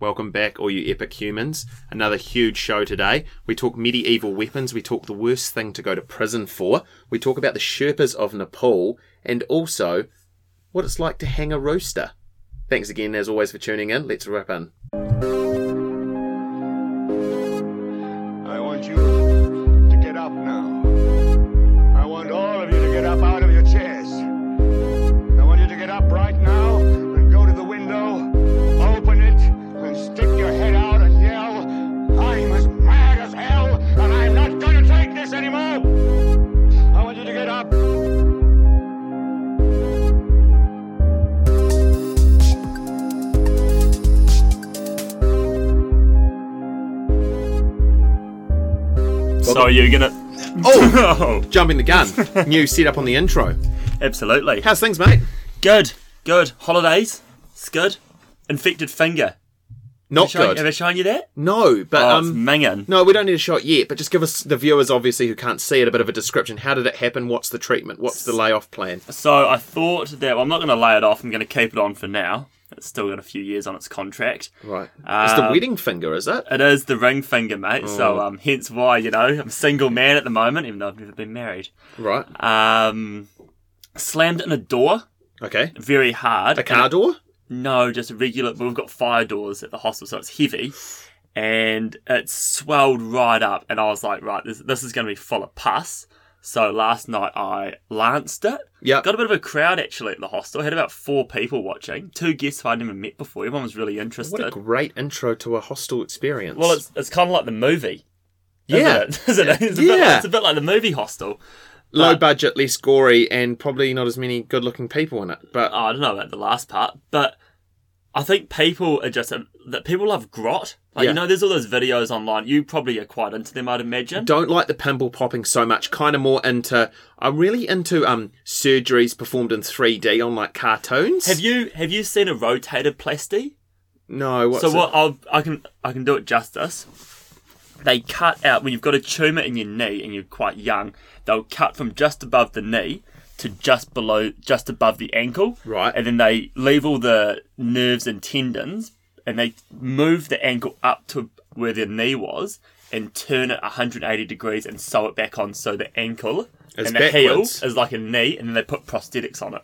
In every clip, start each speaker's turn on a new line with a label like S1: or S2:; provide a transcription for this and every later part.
S1: Welcome back, all you epic humans. Another huge show today. We talk medieval weapons, we talk the worst thing to go to prison for, we talk about the Sherpas of Nepal, and also what it's like to hang a rooster. Thanks again, as always, for tuning in. Let's wrap in.
S2: I want you to get up now. I want all of you to get up out of your chairs. I want you to get up right now and go to the window, open it, and stick your head out and yell, I'm as mad as hell, and I'm not gonna take this anymore! I want you to get up.
S3: So you're gonna.
S1: Oh,
S3: Oh,
S1: jumping the gun. New setup on the intro.
S3: absolutely.
S1: How's things, mate?
S3: Good, good. Holidays, it's good. Infected finger.
S1: Not
S3: Showing, Have I
S1: good.
S3: shown you that?
S1: No, but
S3: Oh, it's
S1: um,
S3: minging.
S1: no, we don't need a shot yet. But just give us the viewers, obviously, who can't see it, a bit of a description. How did it happen? What's the treatment? What's the layoff plan?
S3: So I thought that well, I'm not gonna lay it off. I'm gonna keep it on for now. It's still got a few years on its contract.
S1: Right. it's
S3: Uh,
S1: the wedding finger, is it?
S3: It is the ring finger, mate.
S1: Mm.
S3: So um, hence why you know I'm a single man at the moment, even though I've never been married.
S1: Right.
S3: Um, slammed in a door
S1: Okay.
S3: very hard.
S1: A car door?
S3: No, just a regular. We've got fire doors at the hospital, so it's heavy, and it swelled right up. And I was like, right, this, this is going to be full of pus. So last night I lanced it.
S1: Yep.
S3: Got a bit of a crowd actually at the hostel. Had about four people watching. Two guests who I'd never met before. Everyone was really
S1: What a
S3: interested.
S1: great intro to a hostel experience.
S3: well, it's it's kind of like the movie. Isn't
S1: yeah,
S3: it? Isn't it? It's, a bit,
S1: Yeah.
S3: it's a bit like the movie hostel.
S1: low budget, less gory, and probably not as many good-looking people in it. But
S3: Oh, I don't know about the last part, but I think people are just that people love grot. Like
S1: Yeah.
S3: you know, there's all those videos online. You probably are quite into them, I'd imagine.
S1: don't like the pimple popping so much. Kind of more into. I'm really into um surgeries performed in 3D on like cartoons.
S3: have you have you seen a rotated plasty?
S1: No. What's
S3: so
S1: it?
S3: what I'll, I can I can do it justice. They cut out when you've got a tumor in your knee and you're quite young. They'll cut from just above the knee to just below, just above the ankle.
S1: Right.
S3: And then they leave all the nerves and tendons, and they move the ankle up to where the knee was, and turn it 180 degrees and sew it back on so the ankle
S1: It's
S3: and the heel
S1: backwards.
S3: is like a knee, and then they put prosthetics on it.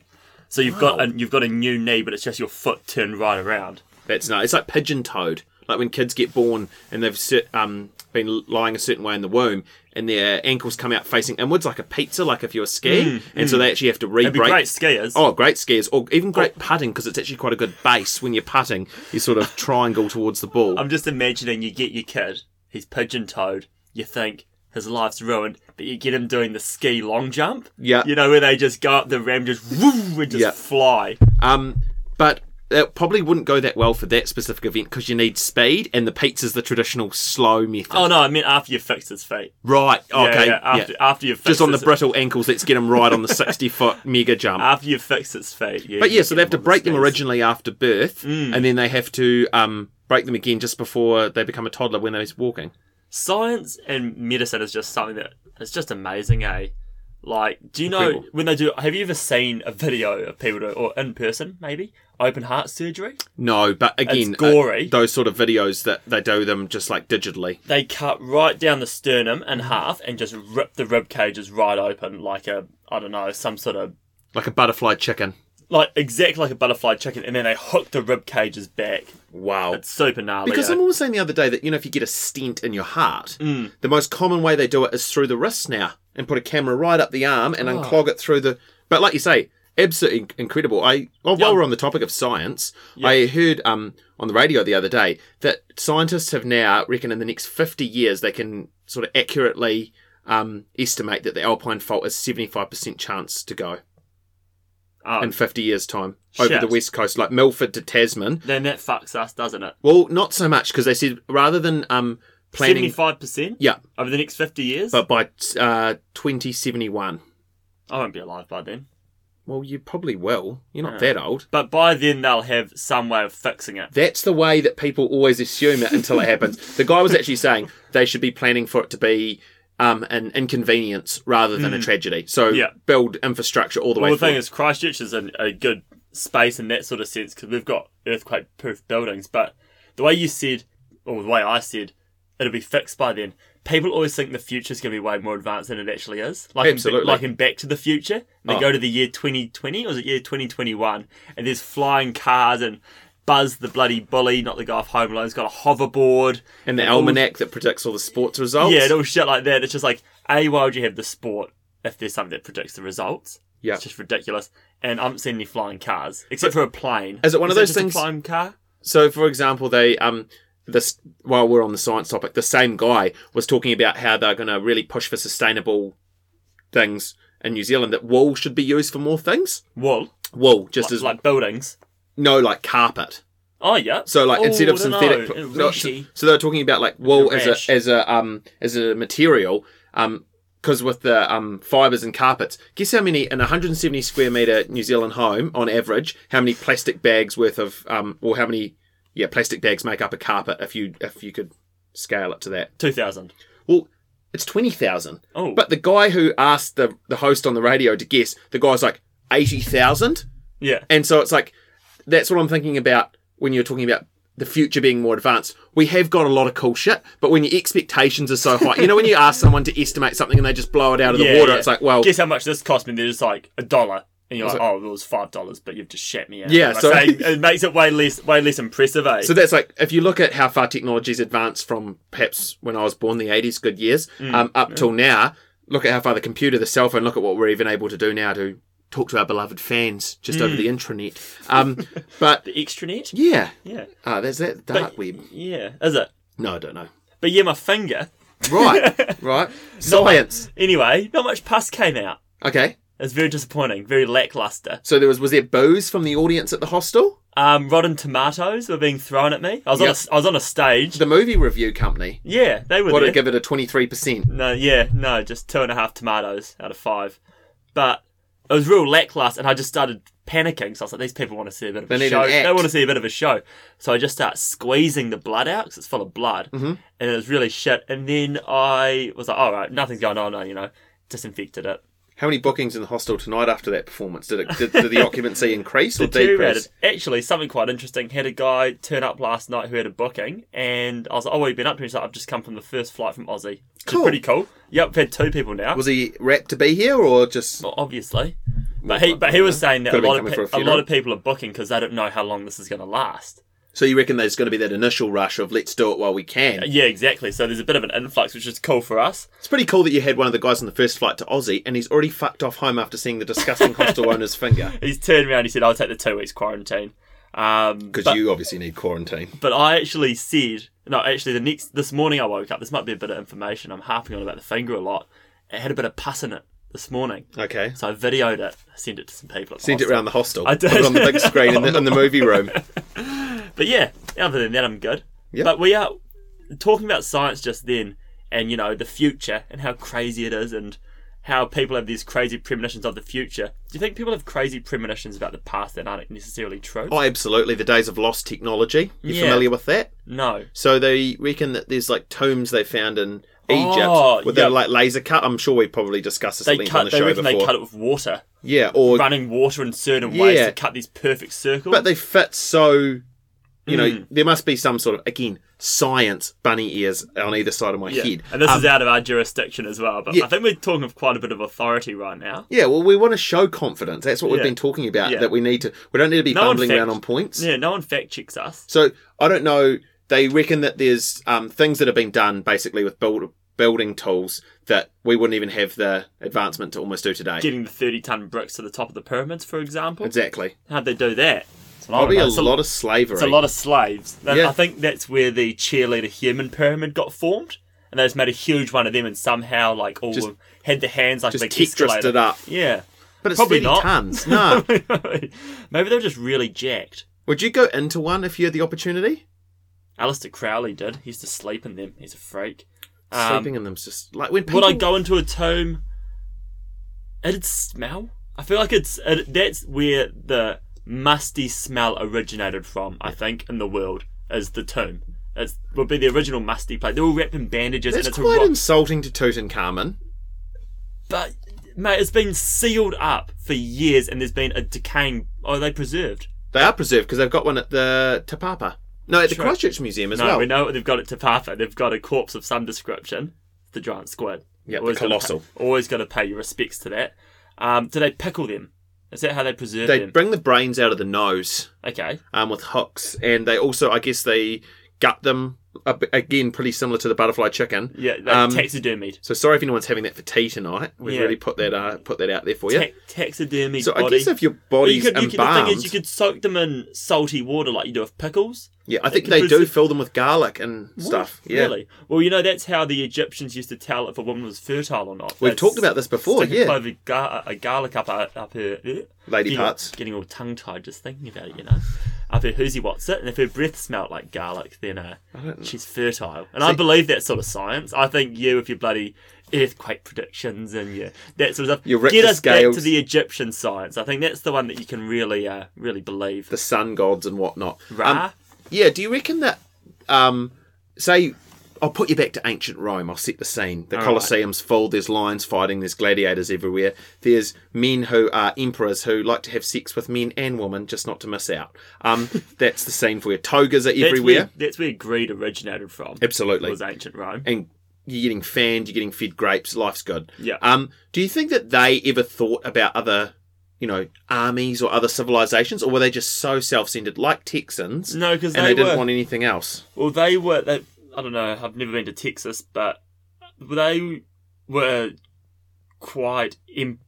S3: So you've got a, you've got a new knee, but it's just your foot turned right around.
S1: That's no. It's like pigeon toed. Like when kids get born and they've cer- um, been lying a certain way in the womb, and their ankles come out facing inwards, like a pizza, like if you were skiing, and so they actually have to re
S3: It'd Mm, be great skiers. Oh.
S1: Oh, great skiers, or even great putting because it's actually quite a good base when you're putting. You sort of triangle towards the ball.
S3: I'm just imagining you get your kid, he's pigeon toed, you think his life's ruined, but you get him doing the ski long jump.
S1: Yeah.
S3: You know, where they just go up the ramp, just woo, and just
S1: Yeah.
S3: fly.
S1: Um, but it probably wouldn't go that well for that specific event because you need speed, and the pizza's the traditional slow method.
S3: Oh, no, I meant after you fix his feet.
S1: right,
S3: Yeah,
S1: okay,
S3: yeah, after,
S1: yeah.
S3: after you fix
S1: just on the
S3: his,
S1: brittle ankles. Let's get them right on the sixty-foot mega jump.
S3: After you fix its feet. Yeah,
S1: But
S3: you
S1: yeah, so
S3: get Mm.
S1: they have to
S3: him on
S1: break them
S3: skis.
S1: originally after birth, and then they have to um, break them again just before they become a toddler when they're walking.
S3: Science and medicine is just something that it's just amazing, eh? Like, do you know
S1: Incredible.
S3: when they do? Have you ever seen a video of people do, or in person maybe open heart surgery?
S1: No, but again,
S3: It's gory.
S1: uh, those sort of videos that they do them just like digitally.
S3: they cut right down the sternum in
S1: Mm-hmm.
S3: half and just rip the rib cages right open like a I don't know some sort of
S1: Like a butterfly chicken.
S3: like exactly like a butterfly chicken, and then they hook the rib cages back.
S1: Wow.
S3: It's super gnarly.
S1: Because
S3: eh?
S1: someone was saying the other day that, you know, if you get a stent in your heart,
S3: Mm.
S1: the most common way they do it is through the wrist now and put a camera right up the arm
S3: Oh.
S1: and unclog it through the. But like you say, absolutely inc- incredible. I well, while
S3: Yeah.
S1: we're on the topic of science, I heard um, on the radio the other day that scientists have now reckon in the next 50 years they can sort of accurately um, estimate that the Alpine fault is 75% chance to go
S3: Oh,
S1: in 50 years' time over
S3: Shit.
S1: the west coast, like Milford to Tasman.
S3: then that fucks us, doesn't it?
S1: Well, not so much because they said rather than um planning,
S3: Seventy-five percent
S1: yeah,
S3: over the next fifty years.
S1: but by uh, twenty seventy one.
S3: I won't be alive by then.
S1: Well, you probably will. You're not that old.
S3: But by then they'll have some way of fixing it.
S1: That's the way that people always assume it until it happens. The guy was actually saying they should be planning for it to be um, an inconvenience rather than a tragedy. So
S3: Mm. Yeah.
S1: build infrastructure all the
S3: Well,
S1: way.
S3: the thing
S1: forward.
S3: is, Christchurch is in a good space in that sort of sense because we've got earthquake-proof buildings, but the way you said, or the way I said, it'll be fixed by then. People always think the future's going to be way more advanced than it actually is. Like In,
S1: Absolutely.
S3: like in Back to the Future, they
S1: Oh.
S3: go to the year 2020, or is it year 2021, and there's flying cars and Buzz the bloody bully, not the guy off Home Alone's got a hoverboard.
S1: And the
S3: all-
S1: almanac that predicts all the sports results.
S3: Yeah, and all shit like that. It's just like, A, why would you have the sport if there's something that predicts the results?
S1: Yeah.
S3: It's just ridiculous. And I haven't seen any flying cars, except for a plane.
S1: Is it one of
S3: that
S1: those
S3: just a
S1: things-
S3: flying car?
S1: So, for example, they um this while we're on the science topic, the same guy was talking about how they're going to really push for sustainable things in New Zealand. That wool should be used for more things.
S3: Wool.
S1: Wool, just
S3: Like,
S1: as
S3: like buildings.
S1: no, like carpet.
S3: Oh, yeah.
S1: So, like
S3: Oh,
S1: instead of
S3: I don't
S1: synthetic,
S3: know.
S1: so,
S3: Rishi.
S1: so they're talking about like wool as
S3: Rash.
S1: a as a um as a material um. Because with the um, fibres and carpets, guess how many in a 170 square metre New Zealand home, on average, how many plastic bags worth of, um, or how many, yeah, plastic bags make up a carpet if you if you could scale it to that.
S3: 2000.
S1: Well, it's 20,000.
S3: Oh.
S1: But the guy who asked the, the host on the radio to guess, the guy's like, 80,000?
S3: Yeah.
S1: And so it's like, that's what I'm thinking about when you're talking about the future being more advanced. We have got a lot of cool shit, but when your expectations are so high, you know, when you ask someone to estimate something and they just blow it out of the
S3: yeah,
S1: water,
S3: yeah.
S1: it's like, well,
S3: guess how much this cost me? They're just like a dollar, and you're like,
S1: like-
S3: oh, it was five dollars, but you've just shat me out.
S1: Yeah,
S3: Like,
S1: so-
S3: it makes it way less, way less impressive. Eh?
S1: So that's like if you look at how far technology's advanced from perhaps when I was born, the eighties, good years,
S3: Mm,
S1: um, up till now. Look at how far the computer, the cell phone, look at what we're even able to do now to talk to our beloved fans just
S3: Mm.
S1: over the intranet. Um, but
S3: the extranet.
S1: yeah,
S3: Yeah,
S1: ah, there's that dark web.
S3: yeah, is it?
S1: No, I don't know.
S3: But yeah, my finger.
S1: Right, right. Science.
S3: Anyway, not much pus came out.
S1: Okay.
S3: It's very disappointing, very lackluster.
S1: So there was was there booze from the audience at the hostel?
S3: Um, rotten tomatoes were being thrown at me. I was
S1: Yep.
S3: on, a, I was on a stage.
S1: The movie review company.
S3: Yeah, they were
S1: What
S3: there.
S1: did it give it a twenty three percent?
S3: No, yeah, no, just two and a half tomatoes out of five. But it was real lackluster, and I just started panicking. So I was like, these people want to see a bit of
S1: They
S3: a
S1: need
S3: show.
S1: an act.
S3: They want to see a bit of a show. So I just start squeezing the blood out because it's full of blood, mm-hmm. and it was really shit. And then I was like, all right, nothing's going on, uh, you know, disinfected it.
S1: How many bookings in the hostel tonight after that performance? Did it did, did the occupancy increase or decrease?
S3: deteriorated. Actually, something quite interesting. Had a guy turn up last night who had a booking, and I was like, "Oh, what have you been up to?" He's like, "I've just come from the first flight from Aussie." Which
S1: Cool.
S3: Is pretty cool. Yep, we've had two people now.
S1: Was he rapt to be here or just?
S3: Well, obviously, but he but he was saying that a
S1: Could've
S3: lot
S1: been
S3: of
S1: coming
S3: pe-
S1: for a
S3: a lot
S1: funeral.
S3: of people are booking because they don't know how long this is going to last.
S1: So you reckon there's going to be that initial rush of let's do it while we can?
S3: Yeah, exactly. So there's a bit of an influx, which is cool for us.
S1: It's pretty cool that you had one of the guys on the first flight to Aussie, and he's already fucked off home after seeing the disgusting hostel owner's finger.
S3: He's turned around. He said, "I'll take the two weeks quarantine." Um,
S1: Because
S3: but-
S1: you obviously need quarantine.
S3: but I actually said no. Actually, the next this morning I woke up. This might be a bit of information. I'm harping on about the finger a lot. It had a bit of pus in it this morning,
S1: Okay.
S3: so I videoed it, sent it to some people. At the
S1: Sent it
S3: hostel.
S1: round the hostel.
S3: I did.
S1: Put it on the big screen in the, in the movie room.
S3: But yeah, other than that, I'm good.
S1: Yeah.
S3: But we are talking about science just then, and you know the future and how crazy it is, and how people have these crazy premonitions of the future. Do you think people have crazy premonitions about the past that aren't necessarily true?
S1: Oh, absolutely. The days of lost technology. You
S3: Yeah.
S1: familiar with that?
S3: No.
S1: So they reckon that there's like tombs they found in Egypt
S3: Oh,
S1: with their
S3: yeah.
S1: like laser cut. I'm sure we probably discussed this at
S3: They
S1: length on
S3: cut.
S1: the
S3: They
S1: show
S3: reckon
S1: before.
S3: they cut it with water,
S1: yeah, or
S3: running water in certain ways
S1: Yeah.
S3: to cut these perfect circles.
S1: but they fit so you
S3: Mm.
S1: know there must be some sort of again science bunny ears on either side of my
S3: Yeah.
S1: head
S3: And this
S1: Um,
S3: is out of our jurisdiction as well. But
S1: Yeah.
S3: I think we're talking of quite a bit of authority right now.
S1: yeah well we want to show confidence that's what we've
S3: Yeah.
S1: been talking about
S3: Yeah.
S1: that we need to we don't need to be
S3: No one
S1: bumbling
S3: fact-
S1: around on points
S3: Yeah, no one fact checks us.
S1: so i don't know they reckon that there's um, things that have been done basically with build, building tools that we wouldn't even have the advancement to almost do today
S3: Getting the 30 ton bricks to the top of the pyramids, for example.
S1: exactly
S3: How'd they do that? It's not
S1: probably
S3: about-
S1: a
S3: it's
S1: lot of slavery
S3: It's a lot of slaves. And
S1: Yeah.
S3: I think that's where the cheerleader human pyramid got formed. And they just made a huge one of them and somehow, like, all
S1: Just-
S3: of them had the hands like
S1: just
S3: a big
S1: Tetrised
S3: escalator.
S1: it up.
S3: Yeah.
S1: but it's
S3: probably
S1: 30
S3: not.
S1: tons no
S3: Maybe they're just really jacked.
S1: would you go into one if you had the opportunity
S3: Alistair Crowley did. He used to sleep in them. He's a freak.
S1: sleeping in them's just like when people
S3: Um, Would I go into a tomb? It'd smell. I feel like it's it, that's where the musty smell originated from. I think in the world is the tomb. It would be the original musty place. They're all wrapped in bandages
S1: That's
S3: and it's
S1: quite
S3: a rock.
S1: insulting to Tutankhamun.
S3: but mate, it's been sealed up for years, and there's been a decaying. Oh, they preserved.
S1: They are preserved because they've got one at the Tapapa. No, at the
S3: Sure.
S1: Christchurch Museum as
S3: No,
S1: well.
S3: we know they've got it to Papa. They've got a corpse of some description. The giant squid.
S1: Yeah, the
S3: gotta
S1: colossal.
S3: pay- always got to pay your respects to that. Um, do they pickle them? Is that how they preserve
S1: They
S3: them?
S1: bring the brains out of the nose
S3: okay.
S1: um, with hooks, and they also, I guess, they gut them a bit- again, pretty similar to the butterfly chicken.
S3: Yeah, they
S1: Um,
S3: taxidermied.
S1: So sorry if anyone's having that for tea tonight. We've
S3: Yeah.
S1: really put that uh, put that out there for you.
S3: Ta- taxidermied
S1: so
S3: body.
S1: I guess if your
S3: Or you
S1: body's
S3: could, you could, the
S1: embalmed,
S3: thing is, you could soak them in salty water like you do with pickles.
S1: yeah, I think
S3: could
S1: they do
S3: preserve-
S1: fill them with garlic and stuff. Yeah,
S3: Really? Well, you know, that's how the Egyptians used to tell if a woman was fertile or not.
S1: we've
S3: They'd
S1: talked about this before.
S3: stick a
S1: Yeah,
S3: clove of gar- a garlic up her, up her eh,
S1: Lady
S3: getting,
S1: parts.
S3: Getting all tongue tied just thinking about it, you know. Up her hoosie what's it, and if her breath smelt like garlic, then uh, she's fertile. And I believe that sort of science. I think you, with your bloody earthquake predictions and your that sort of stuff,
S1: Your Richter
S3: get us back
S1: scales.
S3: to the Egyptian science. I think that's the one that you can really, uh, really believe.
S1: the sun gods and whatnot.
S3: Ra?
S1: Um, yeah, do you reckon that? Um, say, I'll put you back to ancient Rome. I'll set the scene. The Colosseum's full. There's lions fighting. There's gladiators everywhere. There's men who are emperors who like to have sex with men and women, just not to miss out. Um, that's the scene for you. Togas are
S3: that's
S1: everywhere.
S3: Where, that's where greed originated from.
S1: Absolutely.
S3: was ancient Rome.
S1: and you're getting fanned, you're getting fed grapes, life's good.
S3: Yeah.
S1: Um, do you think that they ever thought about other, you know, armies or other civilizations, or were they just so self-centered, like Texans?
S3: No, 'cause
S1: and
S3: they
S1: they didn't
S3: were-
S1: want anything else.
S3: Well, they were. They, I don't know. I've never been to Texas, but they were quite em-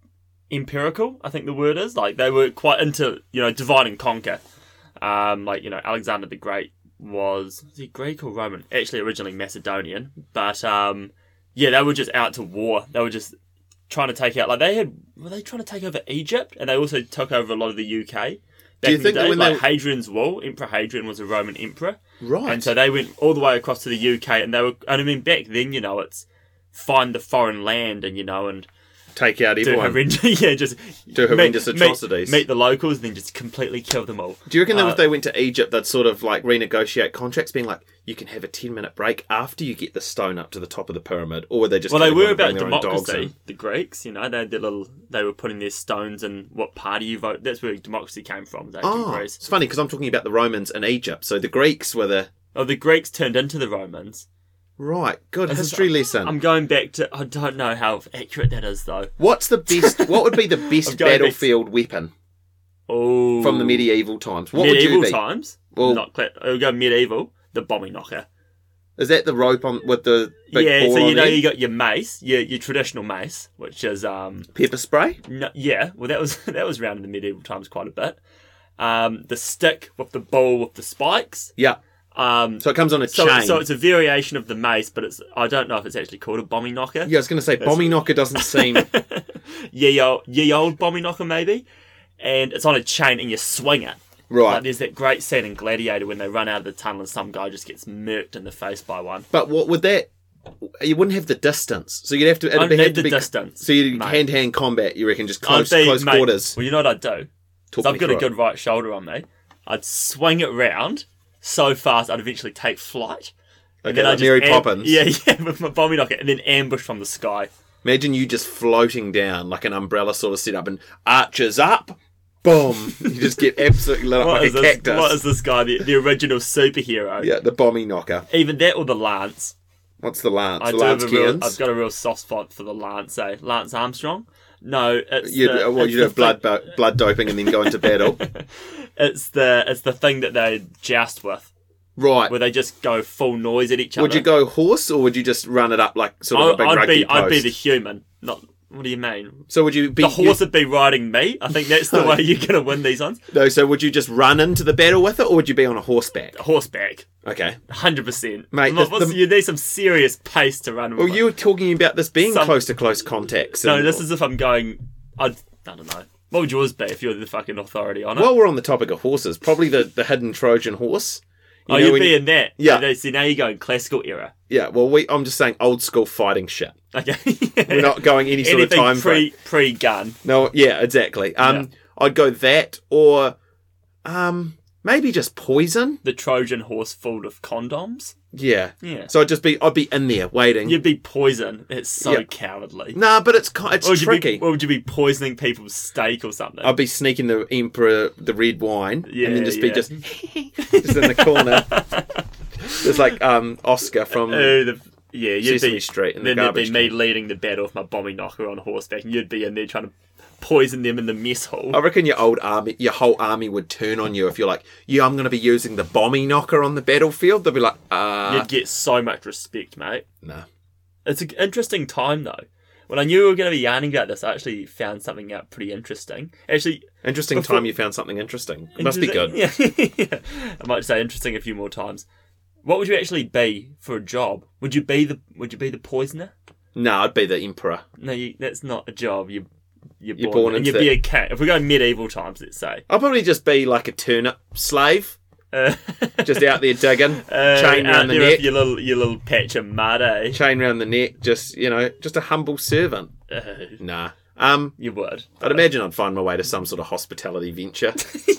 S3: empirical. I think the word is like they were quite into you know divide and conquer. Um, like you know Alexander the Great was, was he Greek or Roman? Actually, originally Macedonian, but um, yeah, they were just out to war. They were just trying to take out. Like they had, were they trying to take over Egypt? And they also took over a lot of the UK. Back
S1: you
S3: in the
S1: think that
S3: day,
S1: when they
S3: like Hadrian's Wall, Emperor Hadrian was a Roman emperor.
S1: Right.
S3: And so they went all the way across to the UK, and they were, and I mean, back then, you know, it's find the foreign land, and you know, and
S1: Take out
S3: do
S1: everyone. Do,
S3: horrendous, yeah, just
S1: horrendous
S3: meet- meet-
S1: atrocities.
S3: Meet, the locals, then just completely kill them all.
S1: you reckon that
S3: uh,
S1: if they went to Egypt, they'd sort of like renegotiate contracts, being like, you can have a 10 minute break after you get the stone up to the top of the pyramid? Or were they just.
S3: Well, they
S1: gonna
S3: were
S1: bring
S3: about
S1: their own dogs
S3: democracy.
S1: in?
S3: The Greeks, you know, they had their little, they were putting their stones in what party you vote. That's where democracy came from. was ancient
S1: Oh,
S3: Greece.
S1: it's funny because I'm talking about the Romans and Egypt. So the Greeks were the.
S3: Oh, the Greeks turned into the Romans.
S1: Right, good
S3: This is-
S1: history lesson.
S3: I'm going back to. I don't know how accurate that is though.
S1: What's the best? What would be the best
S3: I'm going back to-
S1: battlefield weapon
S3: Oh,
S1: from the medieval times? What
S3: medieval
S1: would you be?
S3: times.
S1: Well-
S3: not cla- I'll go medieval. The bombing knocker.
S1: Is that the rope on with the big
S3: yeah,
S1: ball
S3: so
S1: on
S3: you know
S1: the
S3: you
S1: end?
S3: got your mace, your your traditional mace, which is um
S1: pepper spray?
S3: no, yeah, well that was that was around in the medieval times quite a bit. Um, the stick with the ball with the spikes.
S1: Yeah.
S3: Um,
S1: So it comes on a
S3: so
S1: chain.
S3: so it's a variation of the mace, but it's I don't know if it's actually called a bombing knocker.
S1: yeah, I was going to say bombing knocker doesn't seem.
S3: Ye old, ye old bombing knocker maybe, and it's on a chain and you swing it.
S1: Right.
S3: Like there's that great scene in Gladiator when they run out of the tunnel and some guy just gets murked in the face by one.
S1: but what would that? You wouldn't have the distance, so you'd have to. It'd
S3: I'd
S1: be, have
S3: need
S1: to
S3: the
S1: be,
S3: distance,
S1: So you'd
S3: mate.
S1: hand to hand combat. You reckon just close,
S3: I'd be-
S1: close
S3: mate,
S1: quarters.
S3: Well, you know what I'd do?
S1: Talk
S3: So
S1: me
S3: I've got a
S1: through it.
S3: good right shoulder on me. I'd swing it round so fast I'd eventually take flight.
S1: Okay, like Mary
S3: am-
S1: Poppins.
S3: Yeah, yeah, with my bombing rocket, and then ambush from the sky.
S1: Imagine you just floating down like an umbrella sort of setup, and arches up, boom! you just get absolutely lit up
S3: What
S1: like
S3: is
S1: a
S3: this?
S1: cactus.
S3: What is this guy? The, the original superhero.
S1: yeah, the bombing knocker.
S3: Even that or the Lance.
S1: What's the lance?
S3: I
S1: the
S3: do have
S1: lance
S3: a real,
S1: Cairns?
S3: I've got a real soft spot for the Lance, eh? Lance Armstrong. No, it's
S1: You'd,
S3: the,
S1: well,
S3: it's
S1: you'd
S3: the
S1: have blood
S3: thing-
S1: bo- blood doping and then go into battle.
S3: It's the it's the thing that they joust with,
S1: Right.
S3: where they just go full noise at each other.
S1: Would you go horse or would you just run it up like sort of a big
S3: I'd
S1: rugby
S3: be I'd be
S1: post?
S3: the human. Not what do you mean?
S1: so would you be
S3: The horse would be riding me. I think that's the way you're going to win these ones.
S1: you- no, so would you just run into the battle with it or would you be on a horseback?
S3: Horseback,
S1: Okay.
S3: hundred percent,
S1: Mate,
S3: Not-
S1: the-
S3: what's-
S1: the-
S3: you need some serious pace to run.
S1: Well, you were talking about this being
S3: Some-
S1: close to close contacts.
S3: No,
S1: and-
S3: this is if I'm going. I'd, I don't know. What would yours be if you're the fucking authority on it?
S1: While we're on the topic of horses, probably the, the hidden Trojan horse. You
S3: oh,
S1: know
S3: you'd
S1: when
S3: be
S1: you-
S3: in that.
S1: Yeah.
S3: So, now you're going classical era.
S1: yeah. Well, we, I'm just saying old school fighting shit.
S3: Okay.
S1: We're not going any sort
S3: Anything
S1: of time frame.
S3: pre pre gun.
S1: No, yeah, exactly. Um,
S3: Yeah.
S1: I'd go that or um, Maybe just poison.
S3: The Trojan horse full of condoms.
S1: Yeah.
S3: Yeah.
S1: So I'd just be I'd be in there waiting.
S3: You'd be poison. It's so
S1: Yeah.
S3: cowardly.
S1: Nah, but it's ki- it's
S3: or would
S1: tricky.
S3: You Oh, be, or would you be poisoning people's steak or something?
S1: I'd be sneaking the emperor the red wine,
S3: Yeah,
S1: and then just be
S3: yeah.
S1: just just in the corner. It's like um Oscar from
S3: Oh, the, yeah, you'd
S1: Sesame
S3: be
S1: Street in the
S3: then there'd be
S1: garbage
S3: me leading the battle with my bombing knocker on horseback, and you'd be in there trying to poison them in the mess hall.
S1: I reckon your old army, your whole army would turn on you if you're like, yeah, I'm going to be using the bomby knocker on the battlefield. They'll be like, uh,
S3: You'd get so much respect, mate.
S1: no.
S3: It's an interesting time though. When I knew we were going to be yarning about this, I actually found something out pretty interesting. Actually,
S1: Interesting
S3: Before-
S1: time you found something interesting. It must be good.
S3: interesting- Yeah, I might say interesting a few more times. What would you actually be for a job? Would you be the Would you be the poisoner?
S1: No, I'd be the emperor.
S3: No, you, that's not a job. You you're,
S1: You're
S3: born,
S1: born
S3: and
S1: into
S3: you'd be a cat. If we go medieval times, let's say.
S1: I'll probably just be like a turnip slave,
S3: Uh,
S1: just out there digging,
S3: uh,
S1: chain
S3: out
S1: round the
S3: there with
S1: neck,
S3: your little your little patch of mud, eh?
S1: chain round the neck, just, you know, just a humble servant.
S3: Uh,
S1: Nah. Um,
S3: you would.
S1: I'd imagine I'd find my way to some sort of hospitality venture.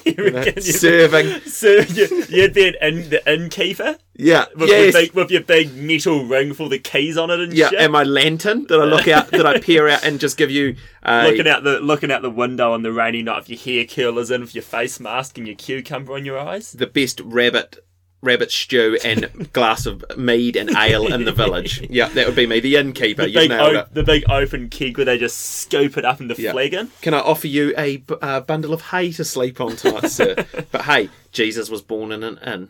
S3: you reckon you'd-
S1: serving.
S3: So you, you'd be an in, the innkeeper
S1: Yeah.
S3: with,
S1: yes.
S3: your big, with your big metal ring with all the keys on it and
S1: yeah,
S3: shit.
S1: and my lantern that I look out, that I peer out and just give you uh, a,
S3: looking out the looking out the window on the rainy night with your hair curlers in, with your face mask and your cucumber on your eyes.
S1: the best rabbit rabbit stew and glass of mead and ale in the village. Yeah, that would be me, the innkeeper.
S3: The
S1: you
S3: big,
S1: nailed
S3: o-
S1: it.
S3: the big open keg where they just scoop it up in the
S1: Yeah.
S3: flagon.
S1: Can I offer you a b- uh, bundle of hay to sleep on tonight, sir? But hey, Jesus was born in an inn.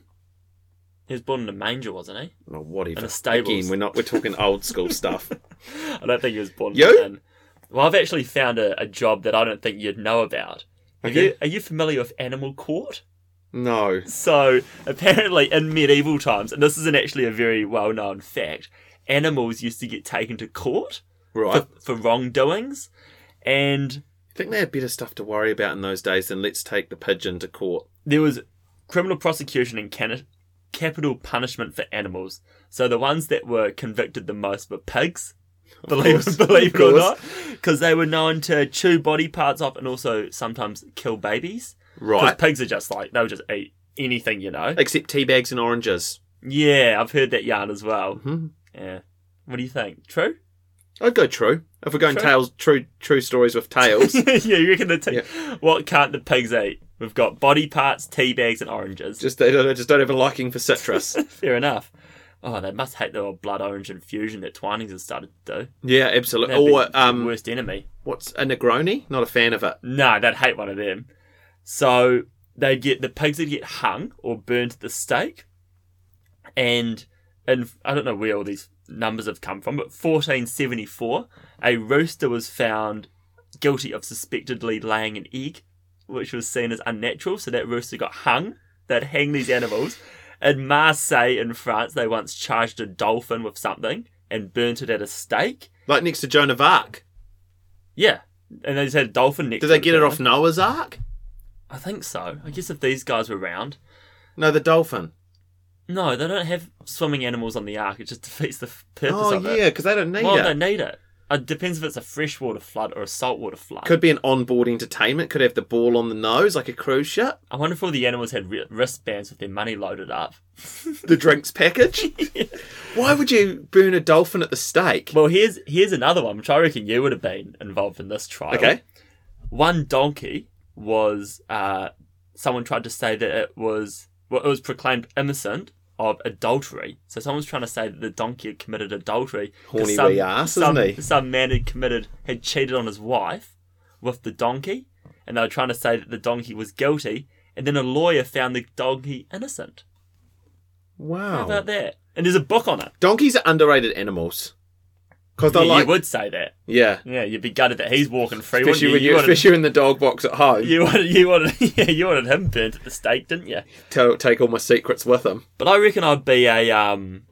S3: He was born in a manger, wasn't he?
S1: Well, whatever.
S3: And a stables.
S1: Again, we're not. We're talking old school stuff.
S3: I don't think he was born
S1: You?
S3: in. Well, I've actually found a, a job that I don't think you'd know about. Are,
S1: Okay.
S3: you, are you familiar with animal court?
S1: No.
S3: So, apparently, in medieval times, and this isn't actually a very well known fact, animals used to get taken to court
S1: Right.
S3: for, for wrongdoings. And
S1: I think they had better stuff to worry about in those days than let's take the pigeon to court.
S3: there was criminal prosecution and can- capital punishment for animals. So the ones that were convicted the most were pigs, believe,
S1: course,
S3: believe
S1: of
S3: it or
S1: course.
S3: not, because they were known to chew body parts off and also sometimes kill babies. Because
S1: Right.
S3: pigs are just like, they'll just eat anything, you know.
S1: Except tea bags and oranges.
S3: Yeah, I've heard that yarn as well.
S1: Hmm.
S3: Yeah. What do you think? True?
S1: I'd go true. If we're going
S3: True.
S1: tales, true true stories with tales.
S3: yeah, you reckon the t- What can't the pigs eat? We've got body parts, tea bags, and oranges.
S1: just they don't, just don't have a liking for citrus.
S3: Fair enough. Oh, they must hate the old blood orange infusion that Twinings has started to do.
S1: Yeah, absolutely.
S3: That'd be
S1: Or um,
S3: their worst enemy.
S1: what's a Negroni? Not a fan of it.
S3: No, they'd hate one of them. So they get the pigs would get hung or burned at the stake, and and I don't know where all these numbers have come from, but 1474, a rooster was found guilty of suspectedly laying an egg, which was seen as unnatural. So that rooster got hung. They'd hang these animals. In Marseille, in France, they once charged a dolphin with something and burnt it at a stake.
S1: Like next to Joan of Arc.
S3: Yeah, and they just had a dolphin next.
S1: Did
S3: to
S1: they get it
S3: apparently.
S1: off Noah's Ark?
S3: I think so. I guess if these guys were around.
S1: No, the dolphin.
S3: No, they don't have swimming animals on the ark. It just defeats the f- purpose
S1: Oh
S3: of
S1: yeah,
S3: it.
S1: because they don't need
S3: Well,
S1: it.
S3: they need it. It depends if it's a freshwater flood or a saltwater flood.
S1: Could be an onboard entertainment. Could have the ball on the nose like a cruise ship.
S3: I wonder if all the animals had ri wristbands with their money loaded up.
S1: The drinks package. Why would you burn a dolphin at the stake?
S3: Well, here's here's another one, which I reckon you would have been involved in this trial.
S1: okay.
S3: One donkey was uh, someone tried to say that it was well, it was proclaimed innocent of adultery. So someone's trying to say that the donkey had committed adultery. 'cause
S1: Horny wee ass,
S3: some,
S1: isn't he?
S3: Some man had committed had cheated on his wife with the donkey, and they were trying to say that the donkey was guilty. And then a lawyer found the donkey innocent. How
S1: Wow.
S3: about that? And there's a book on it.
S1: Donkeys are underrated animals. Because they
S3: Yeah,
S1: like
S3: you would say that.
S1: yeah.
S3: Yeah, you'd be gutted that he's walking free. wouldn't
S1: Especially
S3: you?
S1: when
S3: You
S1: you,
S3: wanted-
S1: especially in the dog box at home.
S3: You wanted, you wanted, yeah, you wanted him burnt at the stake, didn't you?
S1: Ta- take all my secrets with them.
S3: But I reckon I'd be a um,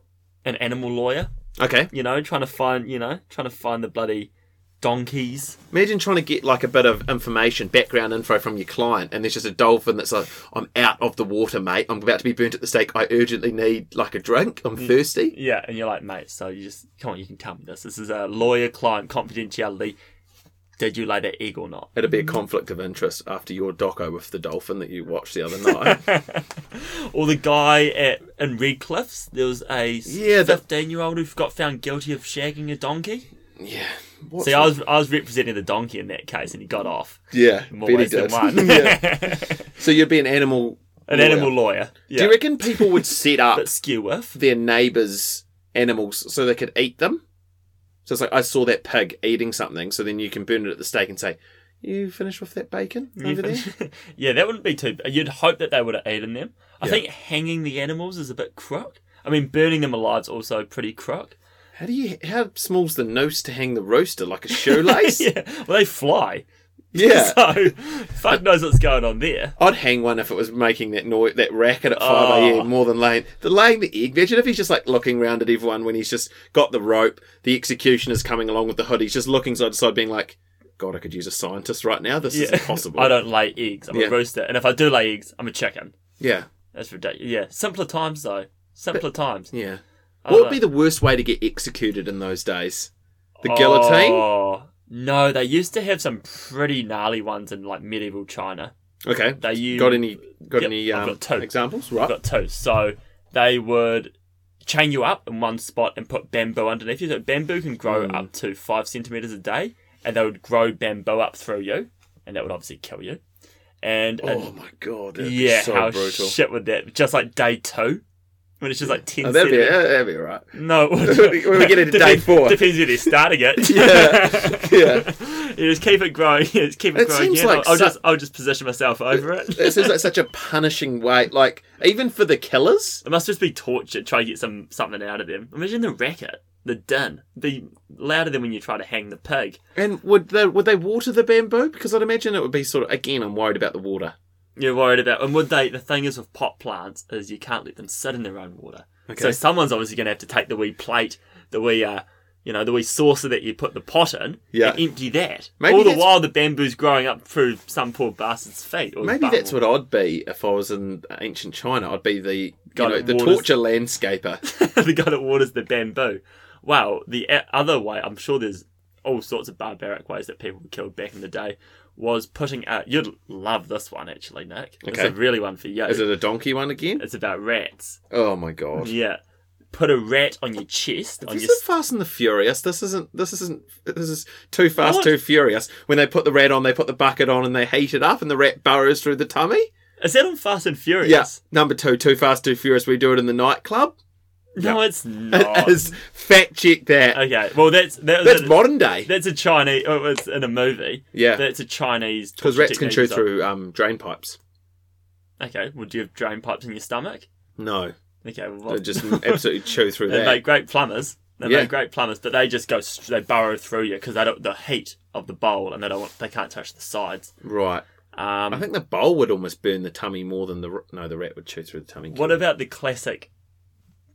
S3: an animal lawyer.
S1: Okay.
S3: You know, trying to find, you know, trying to find the bloody donkeys.
S1: Imagine trying to get like a bit of information, background info from your client, and there's just a dolphin that's like, "I'm out of the water, mate. I'm about to be burnt at the stake. I urgently need like a drink. I'm
S3: Mm.
S1: thirsty."
S3: Yeah, and you're like, mate. So you just come on, you can tell me this. This is a lawyer-client confidentiality. did you lay that egg or not?
S1: It'd be a conflict of interest after your doco with the dolphin that you watched the other night.
S3: Or the guy at in Redcliffe's, there was a
S1: Yeah, that-
S3: fifteen-year-old who got found guilty of shagging a donkey.
S1: yeah. What's
S3: See, I was I was representing the donkey in that case, and he got off.
S1: yeah,
S3: More
S1: bet he
S3: ways than
S1: did.
S3: one.
S1: Yeah. So you'd be an animal.
S3: An
S1: lawyer.
S3: animal lawyer. Yeah.
S1: Do you reckon people would set up
S3: But skew with.
S1: their neighbors' animals so they could eat them? So it's like I saw that pig eating something, so then you can burn it at the stake and say, "You finished with that bacon over there?"
S3: yeah, that wouldn't be too. You'd hope that they would have eaten them. I think hanging the animals is a bit crook. I mean, burning them alive is also pretty crook.
S1: How do you? How small's the noose to hang the rooster like a shoelace?
S3: yeah, well, they fly.
S1: Yeah.
S3: So, fuck knows what's going on there.
S1: I'd hang one if it was making that noise, that racket at five
S3: Oh.
S1: a.m. More than laying the laying the egg. Imagine if he's just like looking round at everyone when he's just got the rope. The executioner's coming along with the hood. He's just looking side to side, being like, "God, I could use a scientist right now. This is
S3: Yeah.
S1: impossible."
S3: I don't lay eggs. I'm
S1: Yeah.
S3: a rooster, and if I do lay eggs, I'm a chicken.
S1: Yeah,
S3: That's ridiculous. Yeah, simpler times though. Simpler times.
S1: yeah.
S3: I
S1: what would
S3: like-
S1: be the worst way to get executed in those days? The guillotine.
S3: Oh, no, they used to have some pretty gnarly ones in like medieval China.
S1: Okay.
S3: They used
S1: got any? Got
S3: Yep,
S1: any
S3: I've
S1: um,
S3: got two.
S1: examples? Right.
S3: got two. So they would chain you up in one spot and put bamboo underneath you. So bamboo can grow
S1: Hmm.
S3: up to five centimeters a day, and they would grow bamboo up through you, and that would obviously kill you. And, and
S1: oh my god. That'd
S3: yeah,
S1: Be so
S3: how
S1: brutal.
S3: shit would that? Just like day two, when it's just like ten.
S1: Oh, that'd be
S3: centimeters.
S1: that'd be all right.
S3: No,
S1: When we get into day
S3: Depends-
S1: four.
S3: Depends where they're starting it.
S1: Yeah. Yeah.
S3: You just keep it growing. You just keep it,
S1: It
S3: growing.
S1: seems
S3: yeah,
S1: like
S3: I'll, I'll
S1: su-
S3: just I'll just position myself over it.
S1: It seems like such a punishing way. Like even for the killers.
S3: It must just be torture. Try to get some something out of them. Imagine the racket, the din, the louder than when you try to hang the pig.
S1: And would they would they water the bamboo? Because I'd imagine it would be sort of again. I'm worried about the water.
S3: You're worried about. And would they? The thing is with pot plants is you can't let them sit in their own water. So
S1: Okay.
S3: someone's obviously going to have to take the wee plate, the wee uh, you know, the wee saucer that you put the pot in,
S1: Yeah.
S3: and empty that.
S1: Maybe
S3: All the
S1: that's-
S3: while the bamboo's growing up through some poor bastard's feet. Or his
S1: Maybe
S3: bum
S1: that's
S3: or-
S1: what I'd be if I was in ancient China. I'd be the you
S3: Guy
S1: know
S3: that
S1: the
S3: waters-
S1: torture landscaper.
S3: the guy that waters the bamboo. Well, the a- other way, I'm sure there's all sorts of barbaric ways that people were killed back in the day, was putting out. You'd love this one, actually, Nick. It's
S1: Okay.
S3: a really one for you.
S1: Is it a donkey one again?
S3: It's about rats.
S1: Oh my god!
S3: Yeah. Put a rat on your chest, on
S1: This
S3: your
S1: isn't Fast and the Furious. This isn't. This isn't. This is too fast,
S3: What?
S1: too furious. When they put the rat on, they put the bucket on, and they heat it up, and the rat burrows through the tummy.
S3: Is that on Fast and Furious?
S1: Yes. Number two, too fast, too furious. We do it in the nightclub.
S3: No, it's
S1: It
S3: not.
S1: is fact check that.
S3: Okay, well that's that was
S1: That's
S3: a,
S1: modern day.
S3: that's a Chinese. Oh, it was in a movie.
S1: Yeah.
S3: that's a Chinese.
S1: Because
S3: torture
S1: rats can
S3: technique
S1: chew
S3: as well.
S1: through um, drain pipes.
S3: Okay, would you have drain pipes in your stomach?
S1: No,
S3: Okay, well,
S1: they just absolutely chew through
S3: They
S1: that.
S3: make great plumbers. They
S1: Yeah.
S3: make great plumbers, but they just go str- they burrow through you because they don't the heat of the bowl and they don't want they can't touch the sides.
S1: Right. I
S3: Um,
S1: think the bowl would almost burn the tummy more than the r- no. The rat would chew through the tummy.
S3: what about the classic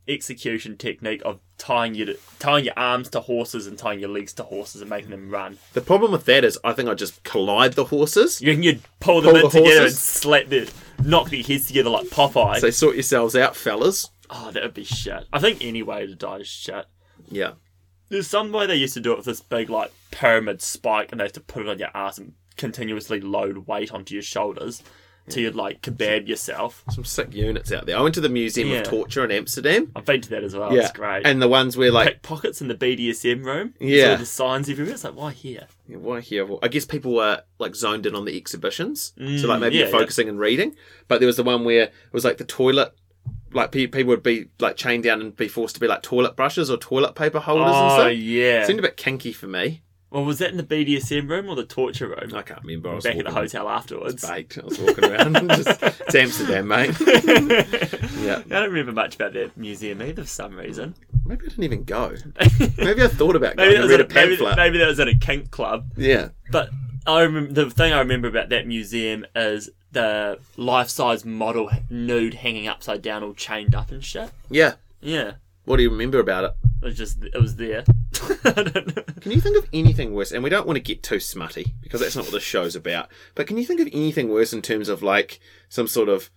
S3: execution technique of tying you to, tying your arms to horses and tying your legs to horses and making them run?
S1: the problem with that is, I think I just collide the horses.
S3: You reckon you'd pull them
S1: Pull
S3: in
S1: the
S3: together
S1: horses?
S3: and slap their knock their heads together like Popeye?
S1: So sort yourselves out, fellas.
S3: oh, that would be shit. I think any way to die is shit.
S1: Yeah.
S3: There's some way they used to do it with this big like pyramid spike, and they used to put it on your ass and continuously load weight onto your shoulders till you'd like kebab yourself.
S1: Some sick units out there. I went to the Museum
S3: Yeah.
S1: of Torture in Amsterdam.
S3: I've been to that as well. It's great.
S1: And the ones where like
S3: Pickpockets in the BDSM room.
S1: Yeah.
S3: all the signs everywhere. It's like why here?
S1: Yeah, Why here? Well, I guess people were like zoned in on the exhibitions, so like maybe
S3: Mm, yeah,
S1: you're focusing and reading. But there was the one where it was like the toilet, like pe- people would be like chained down and be forced to be like toilet brushes or toilet paper holders and
S3: Oh
S1: stuff.
S3: yeah.
S1: Seemed a bit kinky for me.
S3: Well, was that in the BDSM room or the torture room?
S1: I can't remember. I was
S3: Back at
S1: walking,
S3: the hotel afterwards.
S1: baked. I was walking around. Just, it's Amsterdam, mate. yeah,
S3: I don't remember much about that museum either for some reason.
S1: maybe I didn't even go.
S3: maybe,
S1: Maybe I thought about going.
S3: that
S1: and
S3: was
S1: read
S3: at a,
S1: a
S3: maybe,
S1: pamphlet.
S3: maybe that was at a kink club.
S1: Yeah,
S3: But I remember the thing I remember about that museum is the life-size model nude hanging upside down, all chained up and shit.
S1: yeah.
S3: Yeah,
S1: What do you remember about it?
S3: it was just it was there. I don't know.
S1: Can you think of anything worse? And we don't want to get too smutty because that's not what the show's about. But can you think of anything worse in terms of like some sort of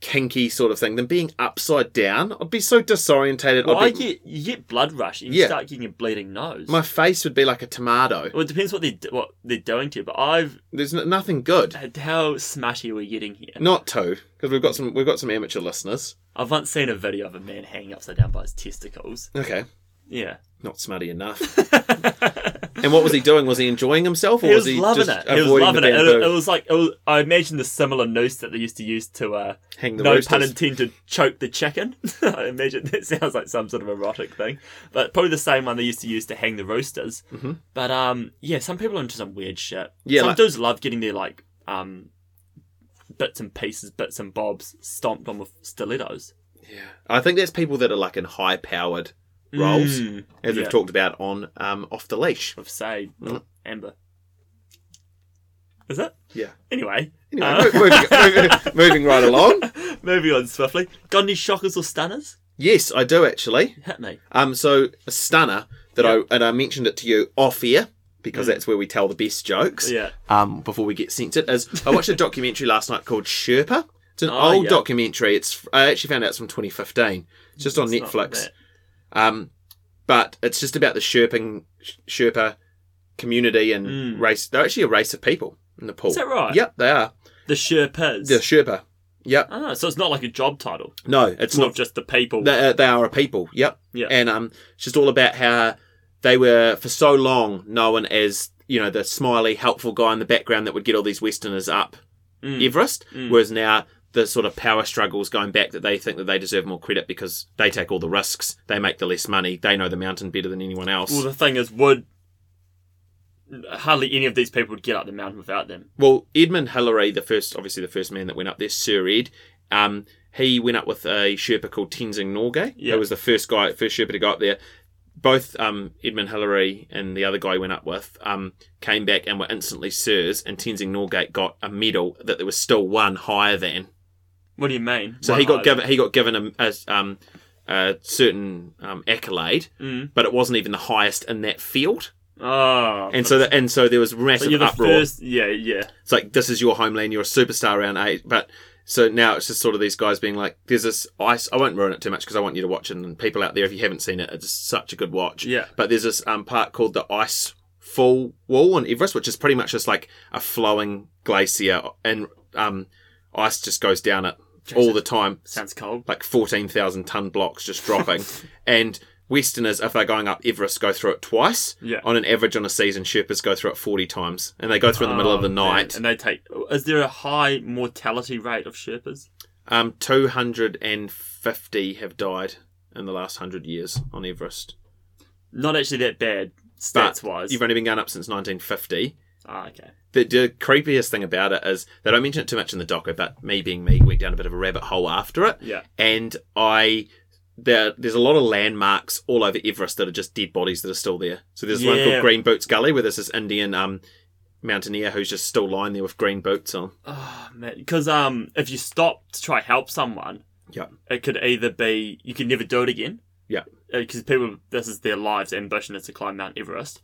S1: kinky sort of thing than being upside down. I'd be so disorientated.
S3: Well, I
S1: I'd be,
S3: get you get blood rush and you
S1: Yeah.
S3: start getting a bleeding nose.
S1: my face would be like a tomato.
S3: well, it depends what they're what they're doing to you, but I've
S1: There's n- nothing good.
S3: how smashy we're getting here.
S1: Not two, because we've got some we've got some amateur listeners.
S3: I've once seen a video of a man hanging upside down by his testicles.
S1: Okay,
S3: Yeah,
S1: not smutty enough. and what was he doing? Was he enjoying himself, or
S3: he
S1: was
S3: was
S1: he
S3: loving
S1: just
S3: it. He was
S1: avoiding
S3: loving
S1: the
S3: it. It,
S1: bamboo?
S3: it was like it was, I imagine the similar noose that they used to use to uh,
S1: Hang the
S3: no
S1: roosters.
S3: pun intended choke the chicken. I imagine that sounds like some sort of erotic thing, but probably the same one they used to use to hang the roosters.
S1: Mhm.
S3: But um, yeah, some people are into some weird shit.
S1: Yeah,
S3: some
S1: like-
S3: dudes love getting their like um, bits and pieces, bits and bobs stomped on with stilettos.
S1: Yeah. I think that's people that are like in high powered roles,
S3: Mm,
S1: as
S3: yeah.
S1: we've talked about on um, Off the Leash.
S3: with say
S1: Mm.
S3: Amber. Is it?
S1: Yeah.
S3: Anyway,
S1: Anyway,
S3: Uh.
S1: mo- moving, moving, moving right along.
S3: moving on swiftly. Got any shockers or stunners?
S1: Yes, I do actually.
S3: Hit me.
S1: Um, so a stunner that I and I mentioned it to you off air because that's where we tell the best jokes.
S3: Hmm. Yeah.
S1: Um, before we get censored, is I watched a documentary last night called Sherpa. It's an
S3: Oh,
S1: old
S3: yeah.
S1: documentary. It's I actually found out it's from 2015. It's just on
S3: Hmm, It's not
S1: Netflix.
S3: that.
S1: Um, but it's just about the Sherping Sherpa community and
S3: Mm.
S1: race. They're actually a race of people in Nepal.
S3: Is that right?
S1: Yep, they are.
S3: The Sherpas.
S1: The Sherpa. Yep.
S3: Ah, so it's not like a job title.
S1: No, it's
S3: It's not
S1: not.
S3: just the people.
S1: They, uh, they are a people. Yep.
S3: Yeah.
S1: And um, it's just all about how they were for so long known as you know the smiley, helpful guy in the background that would get all these Westerners up
S3: Mm.
S1: Everest,
S3: Mm.
S1: whereas now the sort of power struggles going back that they think that they deserve more credit because they take all the risks, they make the less money, they know the mountain better than anyone else.
S3: Well, the thing is, would hardly any of these people would get up the mountain without them.
S1: Well, Edmund Hillary, the first, obviously the first man that went up there, Sir Ed, um, he went up with a Sherpa called Tenzing Norgay.
S3: Yeah.
S1: Who was the first guy, first Sherpa to go up there. Both um, Edmund Hillary and the other guy he went up with um, came back and were instantly Sirs, and Tenzing Norgay got a medal that there was still one higher than.
S3: What do you mean?
S1: So
S3: Why
S1: he got
S3: not?
S1: given he got given a, a, um, a certain um, accolade,
S3: Mm.
S1: but it wasn't even the highest in that field.
S3: Oh,
S1: And so that and so there was
S3: but
S1: massive
S3: you're the
S1: uproar.
S3: first. Yeah, yeah.
S1: It's like this is your homeland. You're a superstar around eight, but so now it's just sort of these guys being like, "There's this." I, I won't ruin it too much because I want you to watch it. And people out there, if you haven't seen it, it's such a good watch.
S3: Yeah.
S1: But there's this um part called the ice fall wall on Everest, which is pretty much just like a flowing glacier, and um ice just goes down it all the time
S3: Sounds cold.
S1: like 14,000 ton blocks just dropping. and Westerners, if they're going up Everest, go through it twice.
S3: Yeah.
S1: On an average on a season, Sherpas go through it 40 times. And they go through in the middle of the
S3: Oh, man.
S1: night.
S3: And they take. Is there a high mortality rate of Sherpas?
S1: Um, 250 have died in the last 100 years on Everest.
S3: Not actually that bad,
S1: But
S3: stats wise.
S1: You've only been going up since 1950.
S3: Ah, okay.
S1: The, the creepiest thing about it is they don't mention it too much in the doco, but me being me went down a bit of a rabbit hole after it.
S3: Yeah.
S1: And I there there's a lot of landmarks all over Everest that are just dead bodies that are still there. So there's one
S3: Yeah.
S1: called Green Boots Gully where there's this Indian um mountaineer who's just still lying there with green boots on.
S3: Oh man, because um, if you stop to try help someone,
S1: Yeah.
S3: it could either be you can never do it again.
S1: Yeah.
S3: Because people, this is their lives' ambition is to climb Mount Everest.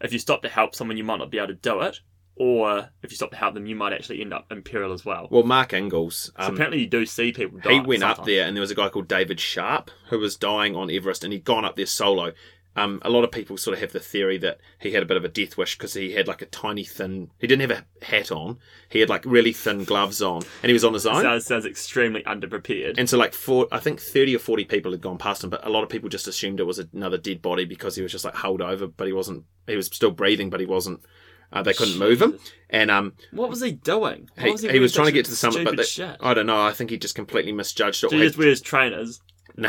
S3: If you stop to help someone, you might not be able to do it, or if you stop to help them, you might actually end up in peril as well.
S1: Well, Mark Ingalls,
S3: so
S1: um,
S3: apparently, you do see people. Die
S1: he went up
S3: sometimes.
S1: there and there was a guy called David Sharp who was dying on Everest and he'd gone up there solo. Um, a lot of people sort of have the theory that he had a bit of a death wish because he had like a tiny thin. He didn't have a hat on. He had like really thin gloves on, and he was on his own.
S3: Sounds, sounds extremely underprepared.
S1: And so, like, four, I think 30 or 40 people had gone past him, but a lot of people just assumed it was another dead body because he was just like held over, but he wasn't, he was still breathing, but he wasn't, uh, they couldn't move him. And, um,
S3: what was he doing? Why
S1: he,
S3: was
S1: he,
S3: wearing
S1: was trying to
S3: such
S1: get to the summit, but
S3: stupid
S1: they,
S3: shit?
S1: I don't know, I think he just completely misjudged it. Or
S3: Do you
S1: he-
S3: just wear his trainers?
S1: no,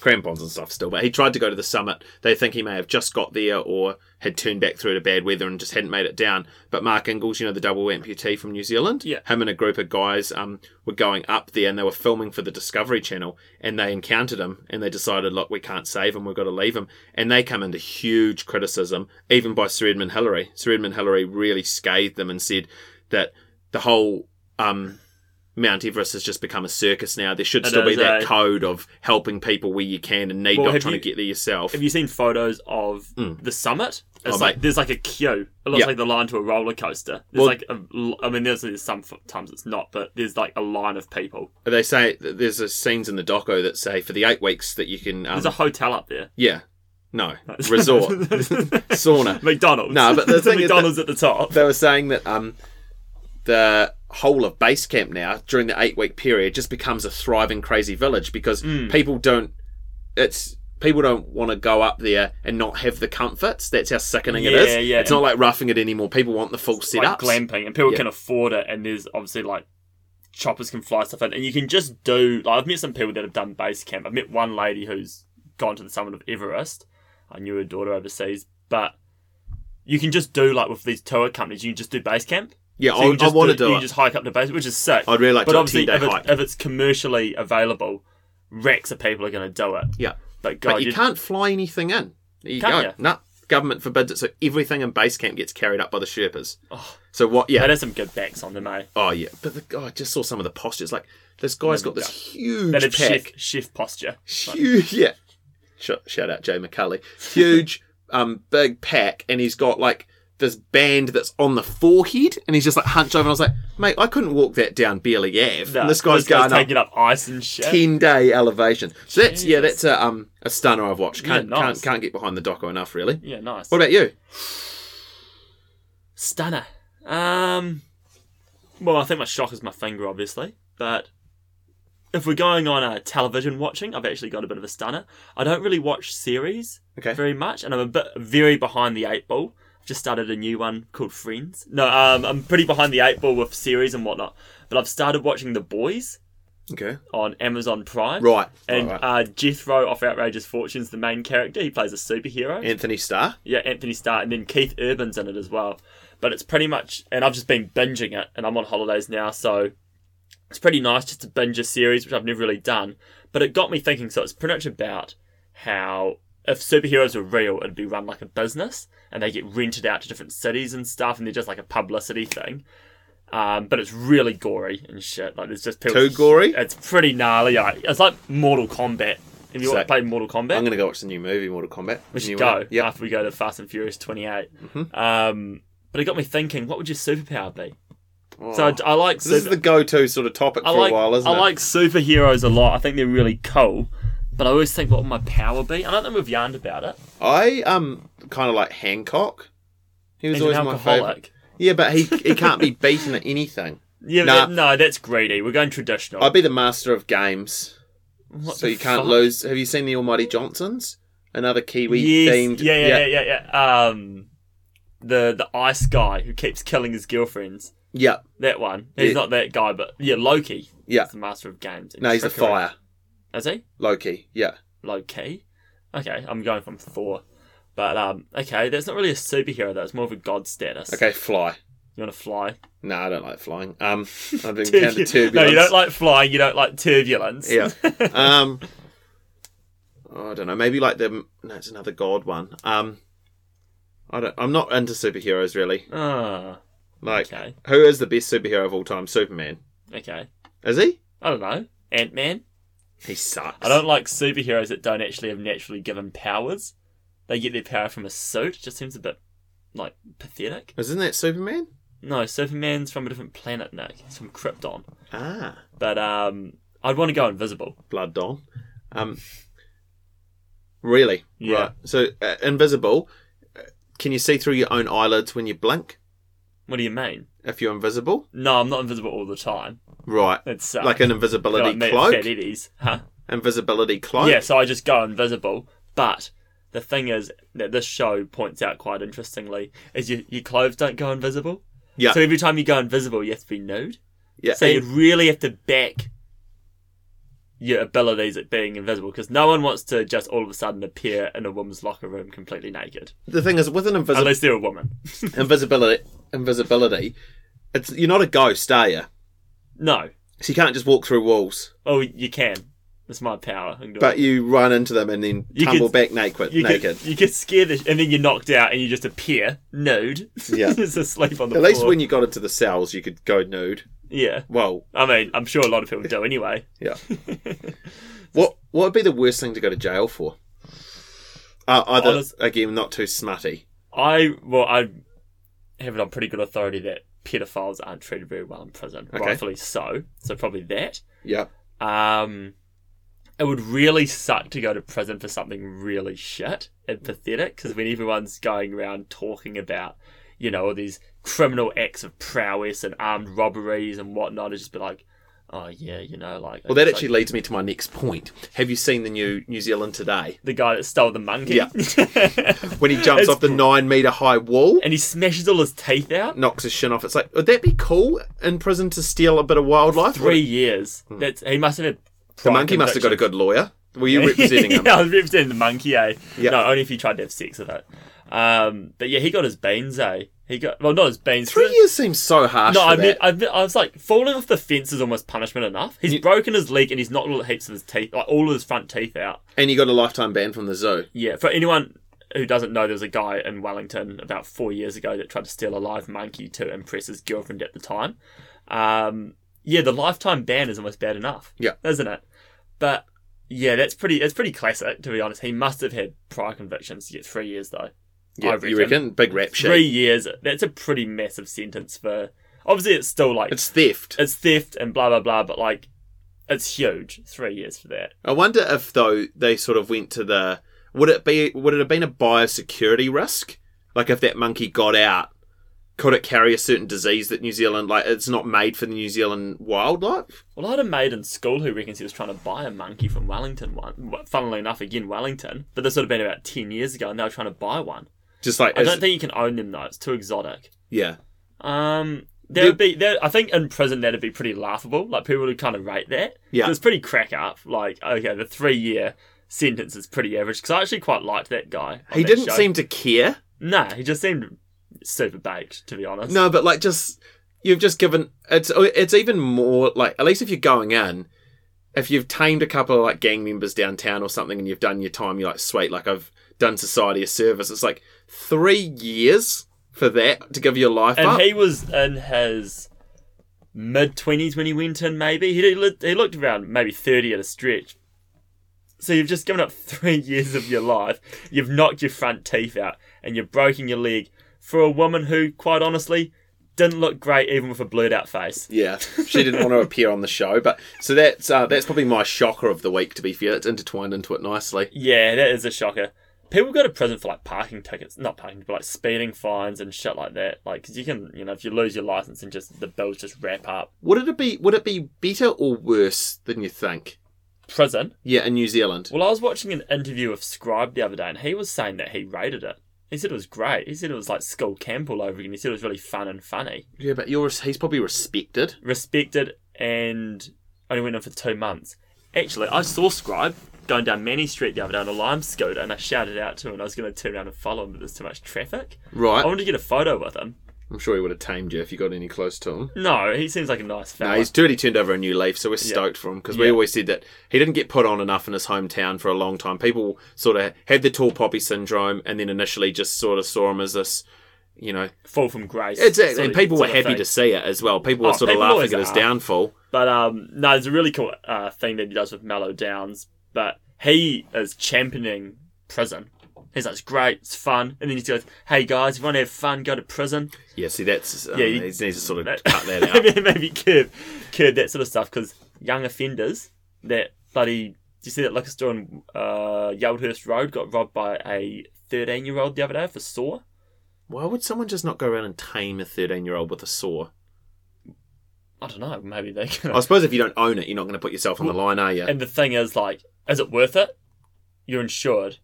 S1: crampons and stuff still, but he tried to go to the summit. They think he may have just got there or had turned back through to bad weather and just hadn't made it down. But Mark Ingalls, you know, the double amputee from New Zealand,
S3: Yeah.
S1: him and a group of guys um, were going up there and they were filming for the Discovery Channel and they encountered him and they decided, look, we can't save him, we've got to leave him. And they come into huge criticism, even by Sir Edmund Hillary. Sir Edmund Hillary really scathed them and said that the whole um, Mount Everest has just become a circus now. There should
S3: It
S1: still be
S3: is,
S1: that
S3: eh?
S1: code of helping people where you can and need,
S3: Well,
S1: not
S3: have
S1: trying
S3: you-
S1: to get there yourself.
S3: Have you seen photos of the summit? It's
S1: Hmm. Oh,
S3: like
S1: mate.
S3: there's like a queue. It looks
S1: Yeah.
S3: like the line to a roller coaster. There's
S1: Well-
S3: like a l I mean, there's, there's some times it's not, but there's like a line of people.
S1: They say that there's a scenes in the doco that say for the eight weeks that you can. Um,
S3: There's a hotel up there.
S1: yeah, no resort sauna.
S3: McDonald's.
S1: No, but the thing is that-
S3: McDonald's at the top.
S1: They were saying that um, the whole of base camp now during the eight week period just becomes a thriving crazy village because
S3: Hmm.
S1: people don't. It's people don't want to go up there and not have the comforts. That's how sickening it
S3: Yeah,
S1: is.
S3: yeah.
S1: It's not like roughing it anymore. People want the full
S3: like
S1: setup.
S3: glamping, and people
S1: Yeah.
S3: can afford it. And there's obviously like choppers can fly stuff in, and you can just do. Like, I've met some people that have done base camp. I've met one lady who's gone to the summit of Everest. I knew her daughter overseas, but you can just do like with these tour companies. You can just do base camp.
S1: yeah,
S3: So
S1: I,
S3: you just
S1: I want to do,
S3: you
S1: it.
S3: just hike up to base, which is sick.
S1: I'd really like
S3: but
S1: to do a
S3: obviously,
S1: 10-day
S3: if, it-
S1: hike.
S3: if it's commercially available, racks of people are going to do it.
S1: yeah,
S3: But God,
S1: but you
S3: you'd-
S1: can't fly anything in. There you
S3: Can't
S1: go.
S3: ya?
S1: No, government forbids it. So everything in base camp gets carried up by the Sherpas.
S3: Oh.
S1: So what? Yeah,
S3: That has some good backs on them, eh?
S1: Oh yeah, but the, oh, I just saw some of the postures. Like this guy's got this
S3: That
S1: huge
S3: is
S1: pack,
S3: chef, chef posture.
S1: huge. Yeah, Sh- shout out Jay McCulley. Huge, um, big pack, and he's got like this band that's on the forehead, and he's just like hunched over. And I was like, mate, I couldn't walk that down barely. Yeah,
S3: Nah,
S1: and this guy's going up
S3: taking up ice and shit.
S1: ten day elevation. So that's yeah, that's a um a stunner I've watched. Can't
S3: Yeah, nice.
S1: can't can't get behind the doco enough really.
S3: Yeah, nice.
S1: What about you?
S3: Stunner. Um, well, I think my shock is my finger, obviously. But if we're going on uh, television watching, I've actually got a bit of a stunner. I don't really watch series
S1: Okay.
S3: very much, and I'm a bit very behind the eight ball. I've just started a new one called Friends. No, um, I'm pretty behind the eight ball with series and whatnot. But I've started watching The Boys
S1: Okay,
S3: on Amazon Prime.
S1: right,
S3: And
S1: right, right.
S3: Uh, Jethro off Outrageous Fortunes, the main character, he plays a superhero.
S1: Anthony Starr.
S3: Yeah, Anthony Starr, and then Keith Urban's in it as well. But it's pretty much, and I've just been binging it, and I'm on holidays now, so it's pretty nice just to binge a series, which I've never really done. But it got me thinking, so it's pretty much about how if superheroes were real, it'd be run like a business, and they get rented out to different cities and stuff, and they're just like a publicity thing. Um, but it's really gory and shit. Like there's just people
S1: Too gory?
S3: It's pretty gnarly. Like, it's like Mortal Kombat. Have you
S1: So-
S3: ever played Mortal Kombat?
S1: I'm gonna go watch the new movie, Mortal Kombat.
S3: We should
S1: New
S3: go
S1: one. Yeah,
S3: after we go to Fast and Furious 28.
S1: Mm-hmm.
S3: Um, but it got me thinking, what would your superpower be? So I, I like
S1: So Oh, this is
S3: super-
S1: the go-to sort of topic
S3: I
S1: for
S3: like
S1: a while, isn't
S3: I
S1: it?
S3: like superheroes a lot. I think they're really cool. But I always think, what would my power be? I don't think we've yarned about it.
S1: I um kind of like Hancock. He was
S3: He's an
S1: always my favorite.
S3: alcoholic.
S1: Yeah, but he he can't be beaten at anything.
S3: Yeah,
S1: Nah.
S3: that- no, that's greedy. We're going traditional.
S1: I'd be the master of games,
S3: What
S1: so
S3: the
S1: you can't
S3: fuck?
S1: lose. Have you seen the Almighty Johnsons? Another Kiwi
S3: Yes,
S1: themed.
S3: yeah, yeah, yeah, yeah, yeah. Um, the the ice guy who keeps killing his girlfriends.
S1: yeah,
S3: That one. He's
S1: Yeah.
S3: not that guy, but yeah, Loki.
S1: Yeah.
S3: He's the master of games. and
S1: No, he's a
S3: trickery.
S1: fire
S3: Is he?
S1: Loki. Yeah,
S3: low key. Okay, I'm going from Thor. But um, okay, that's not really a superhero though. It's more of a god status.
S1: okay, fly.
S3: you want to fly?
S1: No, I don't like flying. Um, I've been down to turbulence.
S3: No, you don't like flying. You don't like turbulence.
S1: Yeah. Um, oh, I don't know. Maybe like the no, it's another God one. Um, I don't. I'm not into superheroes really.
S3: Ah,
S1: Like,
S3: okay,
S1: who is the best superhero of all time? Superman.
S3: okay.
S1: Is he?
S3: I don't know. Ant Man.
S1: He sucks.
S3: I don't like superheroes that don't actually have naturally given powers. They get their power from a suit. It just seems a bit like pathetic.
S1: Isn't that Superman?
S3: No, Superman's from a different planet, Nick. He's from Krypton.
S1: Ah,
S3: But um, I'd want to go invisible.
S1: Blood Don. Um, really?
S3: Yeah.
S1: Right. So uh, invisible. uh, Can you see through your own eyelids when you blink?
S3: What do you mean?
S1: If you're invisible,
S3: No, I'm not invisible all the time.
S1: right?
S3: It's uh,
S1: Like an
S3: They're
S1: invisibility
S3: like me-
S1: cloak.
S3: Fat Eddies, huh?
S1: Invisibility cloak.
S3: Yeah, so I just go invisible. But the thing is that this show points out quite interestingly is your, your clothes don't go invisible.
S1: Yeah.
S3: So every time you go invisible, you have to be nude.
S1: yeah.
S3: So you really have to back your abilities at being invisible because no one wants to just all of a sudden appear in a woman's locker room completely naked,
S1: the thing is, with an invisible
S3: unless they're a woman.
S1: invisibility, invisibility, it's you're not a ghost, are you?
S3: no.
S1: So you can't just walk through walls,
S3: Oh, you can. That's my power. I can do it.
S1: but you run into them and then
S3: You
S1: tumble
S3: could-
S1: back naked.
S3: You
S1: naked.
S3: Get, you get scared, the sh- and then you're knocked out, and you just appear nude.
S1: Yeah.
S3: just asleep on the
S1: At
S3: floor.
S1: least when you got into the cells, you could go nude.
S3: Yeah.
S1: Well,
S3: I mean, I'm sure a lot of people do anyway.
S1: yeah. what What would be the worst thing to go to jail for? Uh, either
S3: Honest-
S1: again, not too smutty.
S3: I well, I have it on pretty good authority that pedophiles aren't treated very well in prison,
S1: Okay.
S3: rightfully so. So probably that.
S1: Yeah.
S3: Um, it would really suck to go to prison for something really shit and pathetic because when everyone's going around talking about, you know, all these criminal acts of prowess and armed robberies and whatnot, it'd just be like, oh yeah, you know, like
S1: Well, that actually leads me to my next point. Have you seen the new New Zealand today?
S3: the guy that stole the monkey.
S1: Yeah. When he jumps
S3: It's
S1: off the nine meter high wall,
S3: and he smashes all his teeth out.
S1: knocks his shin off. It's like, would that be cool in prison to steal a bit of wildlife?
S3: Three years. That's he must have had.
S1: Hmm. The monkey must have got a good lawyer. Were you representing him?
S3: yeah, I was representing the monkey, eh?
S1: Yeah.
S3: No, only if you tried to have sex with it. Um, but yeah, he got his beans, eh? He got well, not his beans.
S1: Three
S3: but-
S1: years seems so harsh.
S3: No,
S1: for
S3: I mean,
S1: that.
S3: I mean, I was like falling off the fence is almost punishment enough. He's broken his leg and he's knocked all heaps of his teeth, like all of his front teeth out.
S1: and you got a lifetime ban from the zoo.
S3: Yeah, for anyone who doesn't know, there was a guy in Wellington about four years ago that tried to steal a live monkey to impress his girlfriend at the time. Um, yeah, the lifetime ban is almost bad enough.
S1: Yeah.
S3: isn't it? But yeah, that's pretty. It's pretty classic, to be honest. He must have had prior convictions to get three years though.
S1: Yeah, you reckon? Big rap sheet.
S3: Three years. That's a pretty massive sentence for. Obviously, it's still like
S1: It's theft.
S3: it's theft and blah blah blah, but like it's huge. Three years for that.
S1: I wonder if though they sort of went to the would it be would it have been a biosecurity risk? Like if that monkey got out, could it carry a certain disease that New Zealand like it's not made for the New Zealand wildlife?
S3: Well, I had a mate in school who reckons he was trying to buy a monkey from Wellington one. Funnily enough, again Wellington, but this would have been about ten years ago, and they were trying to buy one.
S1: Just like
S3: I
S1: is-
S3: don't think you can own them though; it's too exotic.
S1: yeah.
S3: Um, there would be there. I think in prison that'd be pretty laughable. Like people would kind of rate that.
S1: Yeah.
S3: So it's pretty crack up. Like okay, the three year sentence is pretty average because I actually quite liked that guy. on
S1: He
S3: that
S1: didn't
S3: show.
S1: seem to care.
S3: Nah, he just seemed super baked to be honest.
S1: No, but like just you've just given it's oh, it's even more like at least if you're going in, if you've tamed a couple of like gang members downtown or something and you've done your time, you're like sweet, like I've done society a service. It's like three years for that to give your life
S3: and
S1: up.
S3: he was in his mid twenties when he went in. Maybe he li- he looked around maybe thirty at a stretch. So you've just given up three years of your life. You've knocked your front teeth out, and you've broken your leg for a woman who, quite honestly, didn't look great even with a blurred out face.
S1: yeah, she didn't want to appear on the show, but so that's uh, that's probably my shocker of the week. To be fair, it's intertwined into it nicely.
S3: Yeah, that is a shocker. People go to prison for like parking tickets, not parking, but like speeding fines and shit like that. Like, 'cause you can, you know, if you lose your license and just the bills just wrap up.
S1: Would it be would it be better or worse than you think?
S3: Prison,
S1: Yeah, in New Zealand.
S3: Well, I was watching an interview with Scribe the other day, and he was saying that he rated it. He said it was great. He said it was like school camp all over again. He said it was really fun and funny,
S1: Yeah, but you're he's probably respected.
S3: respected, and only went on for two months. Actually, I saw Scribe going down Manny Street the other day on a Lime scooter, and I shouted out to him. and I was going to turn around and follow him, but there's too much traffic. I
S1: Right.
S3: wanted to get a photo with him.
S1: I'm sure he would have tamed you if you got any close to him.
S3: No, he seems like a nice fella.
S1: No, he's already turned over a new leaf, so we're stoked for him because we
S3: Yeah.
S1: always said that he didn't get put on enough in his hometown for a long time. People sort of had the tall poppy syndrome, and then initially just sort of saw him as this, you know,
S3: Fall from grace.
S1: exactly.
S3: sort
S1: uh, and
S3: of-
S1: people were
S3: sort of
S1: happy
S3: thing.
S1: to see it as well. People were
S3: Oh,
S1: sort
S3: people
S1: of
S3: always
S1: laughing at his
S3: are.
S1: downfall.
S3: But um, no, there's a really cool uh, thing that he does with Mellow Downs. But he is championing prison. He's like, it's great, it's fun. And then he goes, hey guys, if you want to have fun, go to prison.
S1: Yeah, see, that's um,
S3: Yeah,
S1: yeah,
S3: you-
S1: he needs to sort of
S3: That-
S1: cut that out.
S3: maybe, maybe curb, curb that sort of stuff because young offenders, that bloody. Do you see that liquor store on uh, Yaldhurst Road got robbed by a 13 year old the other day for saw?
S1: Why would someone just not go around and tame a 13 year old with a saw?
S3: I don't know, maybe they could.
S1: I suppose if you don't own it, you're not going to put yourself on the line, are you?
S3: And the thing is, like, is it worth it? You're insured.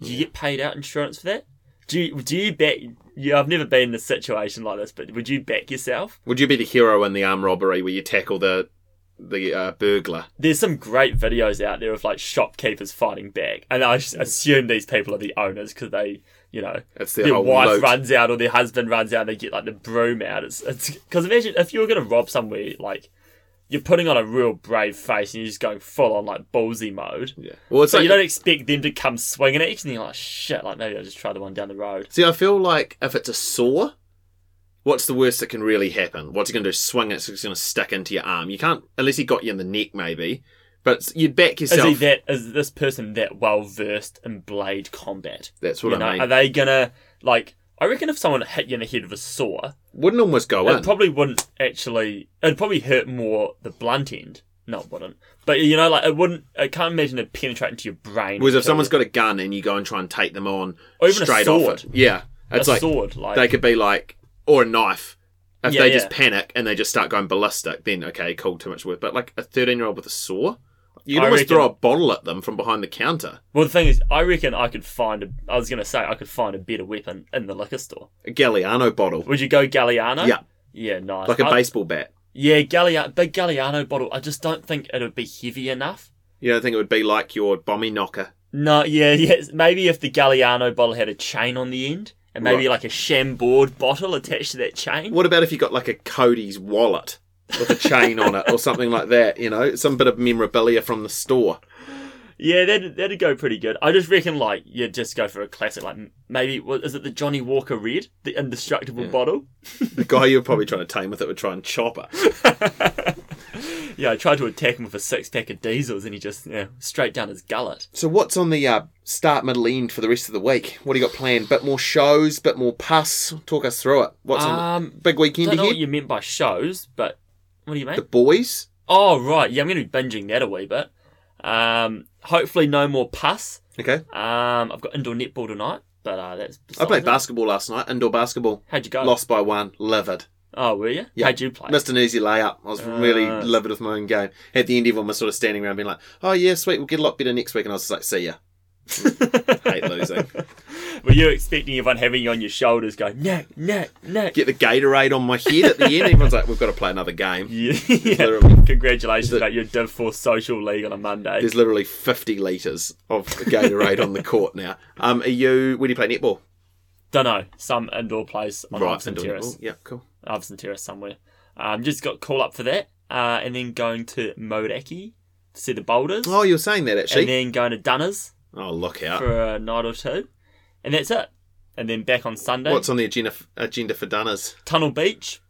S3: Do you get paid out insurance for that? Do you, do you back? Yeah, I've never been in a situation like this, but would you back yourself?
S1: Would you be the hero in the armed robbery where you tackle the the uh, burglar?
S3: There's some great videos out there of like shopkeepers fighting back, and I s- assume these people are the owners because they, you know,
S1: It's their
S3: their
S1: whole
S3: wife
S1: loot.
S3: runs out or their husband runs out, and they get like the broom out. It's because imagine if you were going to rob somewhere, like you're putting on a real brave face and you're just going full on like ballsy mode.
S1: Yeah. Well, it's
S3: So
S1: like
S3: you don't e- expect them to come swinging at you, and you're like, shit, like maybe I'll just try the one down the road.
S1: See, I feel like if it's a saw, what's the worst that can really happen? What's he going to do? Swing it, so it's going to stick into your arm. You can't, unless he got you in the neck, maybe. But you'd back
S3: Is
S1: yourself.
S3: he that? Is this person that well versed in blade combat?
S1: That's what
S3: You
S1: I
S3: know,
S1: mean.
S3: Are they gonna like? I reckon if someone hit you in the head with a saw,
S1: Wouldn't almost go in.
S3: it probably wouldn't actually. It'd probably hurt more the blunt end. No, it wouldn't. But you know, like it wouldn't. I can't imagine it penetrate into your brain.
S1: Whereas if someone's
S3: someone's
S1: got a gun and you go and try and take them on
S3: Or even a
S1: straight
S3: sword.
S1: off it, yeah, it's
S3: a
S1: like
S3: sword, like
S1: they could be like, or a knife. If
S3: Yeah,
S1: they just
S3: yeah.
S1: panic and they just start going ballistic, then okay, cool, too much work. But like a thirteen-year-old with a saw, you can
S3: I
S1: almost
S3: reckon-
S1: throw a bottle at them from behind the counter.
S3: Well, the thing is, I reckon I could find. A, I was gonna say I could find a better weapon in the liquor store.
S1: A Galliano bottle,
S3: Would you go Galliano?
S1: Yeah.
S3: Yeah, nice.
S1: like a
S3: I-
S1: baseball bat.
S3: Yeah, Galliano, big Galliano bottle. I just don't think it would be heavy enough.
S1: You don't think it would be like your bomby knocker?
S3: No, yeah, yeah. Maybe if the Galliano bottle had a chain on the end, and maybe
S1: Right.
S3: like a shambord bottle attached to that chain.
S1: What about if you got like a Cody's wallet with a chain on it or something like that? You know, some bit of memorabilia from the store.
S3: Yeah, that'd, that'd go pretty good. I just reckon like you'd just go for a classic, like maybe what is it the Johnny Walker Red, the indestructible bottle?
S1: The guy you were probably trying to tame with it would try and chop it.
S3: Yeah, I tried to attack him with a six pack of diesels, and he just yeah, straight down his gullet.
S1: So what's on the uh, start, middle, end for the rest of the week? What do you got planned? Bit more shows, bit more pus. Talk us through it. What's on the
S3: Um,
S1: big weekend
S3: don't know
S1: ahead?
S3: what you meant by shows, but what do you mean?
S1: The boys.
S3: Oh right, yeah, I'm going to be binging that a wee bit. Um, hopefully no more pus.
S1: Okay.
S3: Um, I've got indoor netball tonight, but uh, that's.
S1: I played
S3: besides it.
S1: basketball last night. Indoor basketball.
S3: How'd you go?
S1: Lost by one. Livid.
S3: Oh, were you?
S1: Yeah.
S3: How'd you play?
S1: Missed an easy layup. I was really
S3: Uh.
S1: livid with my own game. At the end, everyone was sort of standing around being like, "Oh yeah, sweet, we'll get a lot better next week." And I was just like, "See ya." Hate losing.
S3: Were you expecting everyone having you on your shoulders, going Nick, Nick, Nick?
S1: Get the Gatorade on my head at the end. Everyone's like, "We've got to play another game."
S3: Yeah.
S1: Literally.
S3: Congratulations
S1: Is it-
S3: about your Div Four social league on a Monday.
S1: There's literally 50 litres of Gatorade on the court now. Um, are you? Where do you play netball?
S3: Don't know some indoor place on
S1: Right,
S3: Iverson
S1: indoor
S3: Terrace.
S1: netball. Yeah, cool.
S3: Iverson Terrace somewhere. Um, just got call up for that, uh, and then going to Modaki to see the boulders,
S1: Oh, you were saying that actually.
S3: and then going to Dunners
S1: oh, look out!
S3: for a night or two, and that's it. And then back on Sunday,
S1: What's on the agenda agenda for Dunners?
S3: Tunnel Beach.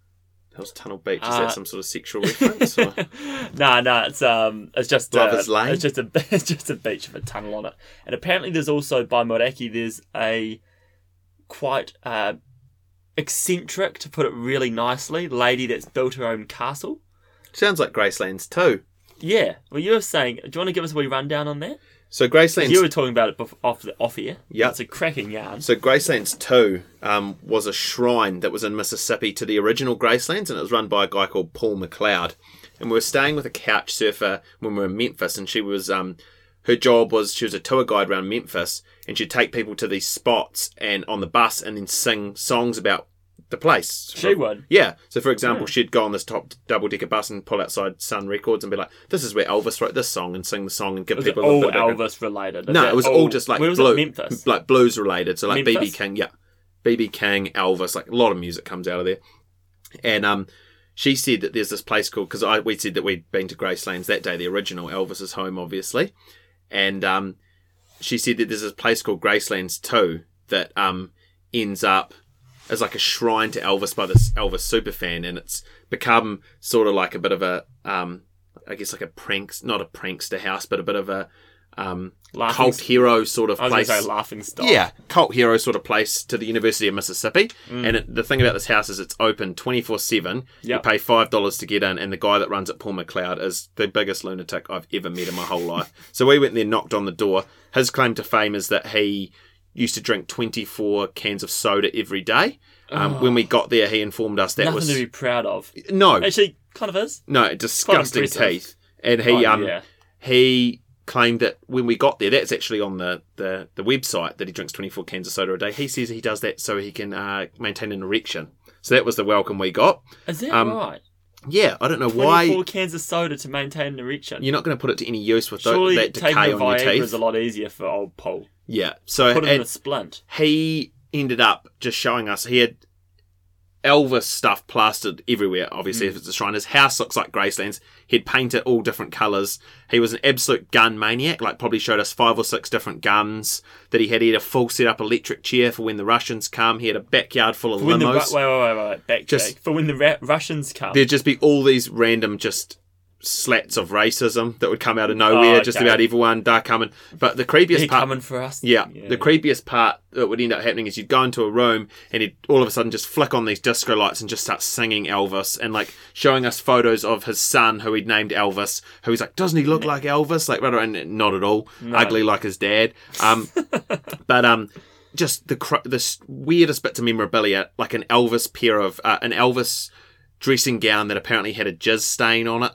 S1: That was Tunnel Beach. Is
S3: Uh,
S1: that some sort of sexual reference? Or?
S3: Nah, nah, it's um, it's just
S1: Love
S3: a,
S1: is lame.
S3: It's just a, it's just a beach with a tunnel on it. And apparently, there's also by Moraki, there's a quite uh, eccentric, to put it really nicely, lady that's built her own castle.
S1: Sounds like Graceland's too.
S3: Yeah. Well, you were saying, do you want to give us a wee rundown on that?
S1: So Graceland's
S3: You were talking about it bef- off the off air.
S1: Yeah.
S3: It's a cracking yarn.
S1: So Graceland's two um, was a shrine that was in Mississippi to the original Gracelands, and it was run by a guy called Paul McLeod. And we were staying with a couch surfer when we were in Memphis, and she was um, her job was she was a tour guide around Memphis, and she'd take people to these spots and on the bus, and then sing songs about the place.
S3: She would.
S1: Yeah. So, for example, she'd go on this top double decker bus and pull outside Sun Records and be like, "This is where Elvis wrote this song," and sing the song and give
S3: Was it
S1: people a little
S3: all
S1: bit of background.
S3: Elvis related? Is
S1: No,
S3: that
S1: it was all, just like
S3: where was
S1: blue,
S3: it? Memphis.
S1: like blues related. So like
S3: Memphis?
S1: BB King, yeah, BB King, Elvis, like a lot of music comes out of there. And um, she said that there's this place called because I we said that we'd been to Graceland's that day, the original Elvis's home, obviously, and um, she said that there's this place called Graceland's Two that um ends up as like a shrine to Elvis by this Elvis superfan, and it's become sort of like a bit of a um, I guess like a pranks, not a prankster house, but a bit of a um,
S3: Laughing
S1: cult
S3: s-
S1: hero sort of
S3: I was going
S1: place.
S3: to say oh. laughing stock.
S1: Yeah, cult hero sort of place to the University of Mississippi. And it, the thing about this house is it's open 24 7. You
S3: Mm. Yep.
S1: pay $5 to get in, and the guy that runs it, Paul McLeod, is the biggest lunatic I've ever met in my whole life. So we went there, knocked on the door. His claim to fame is that he used to drink 24 cans of soda every day. Um, When we got there, he informed us that
S3: Ah. Nothing
S1: was.
S3: to be proud of.
S1: no,
S3: Actually, kind of is.
S1: no, disgusting
S3: impressive.
S1: teeth. And he
S3: Oh,
S1: um
S3: yeah.
S1: he claimed that when we got there, that's actually on the, the, the website that he drinks 24 cans of soda a day. He says he does that so he can uh, maintain an erection. So that was the welcome we got.
S3: Is that
S1: Um,
S3: right?
S1: Yeah, I don't know
S3: 24
S1: why
S3: cans of soda to maintain an erection.
S1: you're not going to put it to any use with tho-
S3: Surely
S1: that
S3: taking
S1: decay
S3: a
S1: on your
S3: Viagra
S1: teeth.
S3: is a lot easier for old Paul.
S1: Yeah, so
S3: Put it in
S1: and
S3: a splint.
S1: he ended up just showing us he had Elvis stuff plastered everywhere. Obviously,
S3: Mm.
S1: if it's a shrine, his house looks like Graceland's. He'd paint it all different colours. He was an absolute gun maniac. Like probably showed us five or six different guns that he had. He had a full set up electric chair for when the Russians come. He had a backyard full of
S3: For when the Ru-
S1: limos.
S3: wait, wait, wait, wait, back
S1: Just-
S3: Jake. For when the ra- Russians come.
S1: There'd just be all these random just slats of racism that would come out of nowhere.
S3: Oh,
S1: Just
S3: okay.
S1: about everyone. Dark coming, but the creepiest
S3: They're
S1: part.
S3: coming for us.
S1: Yeah. The creepiest part that would end up happening is you'd go into a room and he'd all of a sudden just flick on these disco lights and just start singing Elvis and like showing us photos of his son who he'd named Elvis, who he's like, doesn't he look like Elvis? Like, right, right, and not at all. Ugly like his dad. Um, but, um, just the cr- this weirdest bits of memorabilia, like an Elvis pair of uh, an Elvis dressing gown that apparently had a jizz stain on it.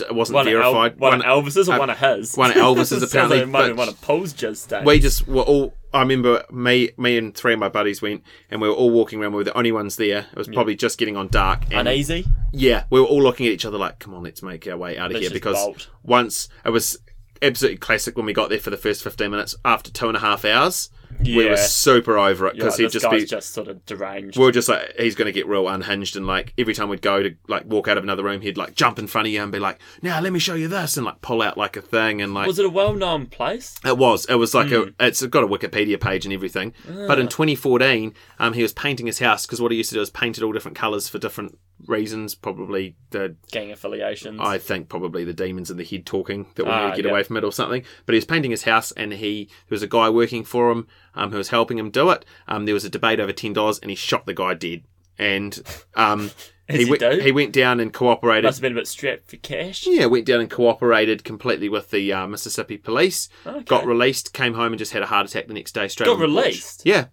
S1: It wasn't
S3: One of, El-
S1: verified.
S3: one, of Elvis's or one of his?
S1: one of Elvis's,
S3: Sounds
S1: apparently,
S3: Like it might be
S1: but-
S3: one of Paul's just day.
S1: we just were all. I remember me, me and three of my buddies went, and we were all walking around. We were the only ones there. It was probably just getting on dark, and
S3: Uneasy?
S1: yeah, we were all looking at each other like, "Come on, let's make our way out of
S3: Let's
S1: here."
S3: just
S1: Because
S3: bolt.
S1: once it was absolutely classic when we got there for the first fifteen minutes. After two and a half hours, we
S3: Yeah.
S1: were super over it
S3: You're
S1: because
S3: like,
S1: he'd
S3: this
S1: just
S3: guy's
S1: be.
S3: just sort of deranged.
S1: we were just like he's going to get real unhinged, and like every time we'd go to like walk out of another room, he'd like jump in front of you and be like, "Now let me show you this," and like pull out like a thing, and like
S3: Was it a well-known place?
S1: it was. It was like
S3: Hmm.
S1: a. It's got a Wikipedia page and everything. But
S3: Ah.
S1: in 2014, um, he was painting his house because what he used to do is paint it all different colours for different reasons. Probably the
S3: Gang affiliations.
S1: I think probably the demons in the head talking that wanted
S3: Ah,
S1: to get
S3: yeah.
S1: away from it or something. But he was painting his house, and he there was a guy working for him um, who was helping him do it. Um, there was a debate over ten dollars, and he shot the guy dead. And um,
S3: As
S1: he
S3: you
S1: went-
S3: do.
S1: he went down and cooperated.
S3: Must have been a bit strapped for cash.
S1: Yeah, went down and cooperated completely with the uh, Mississippi police.
S3: Okay.
S1: Got released, came home and just had a heart attack the next day. Straight
S3: Got
S1: on the porch.
S3: released?
S1: Yeah,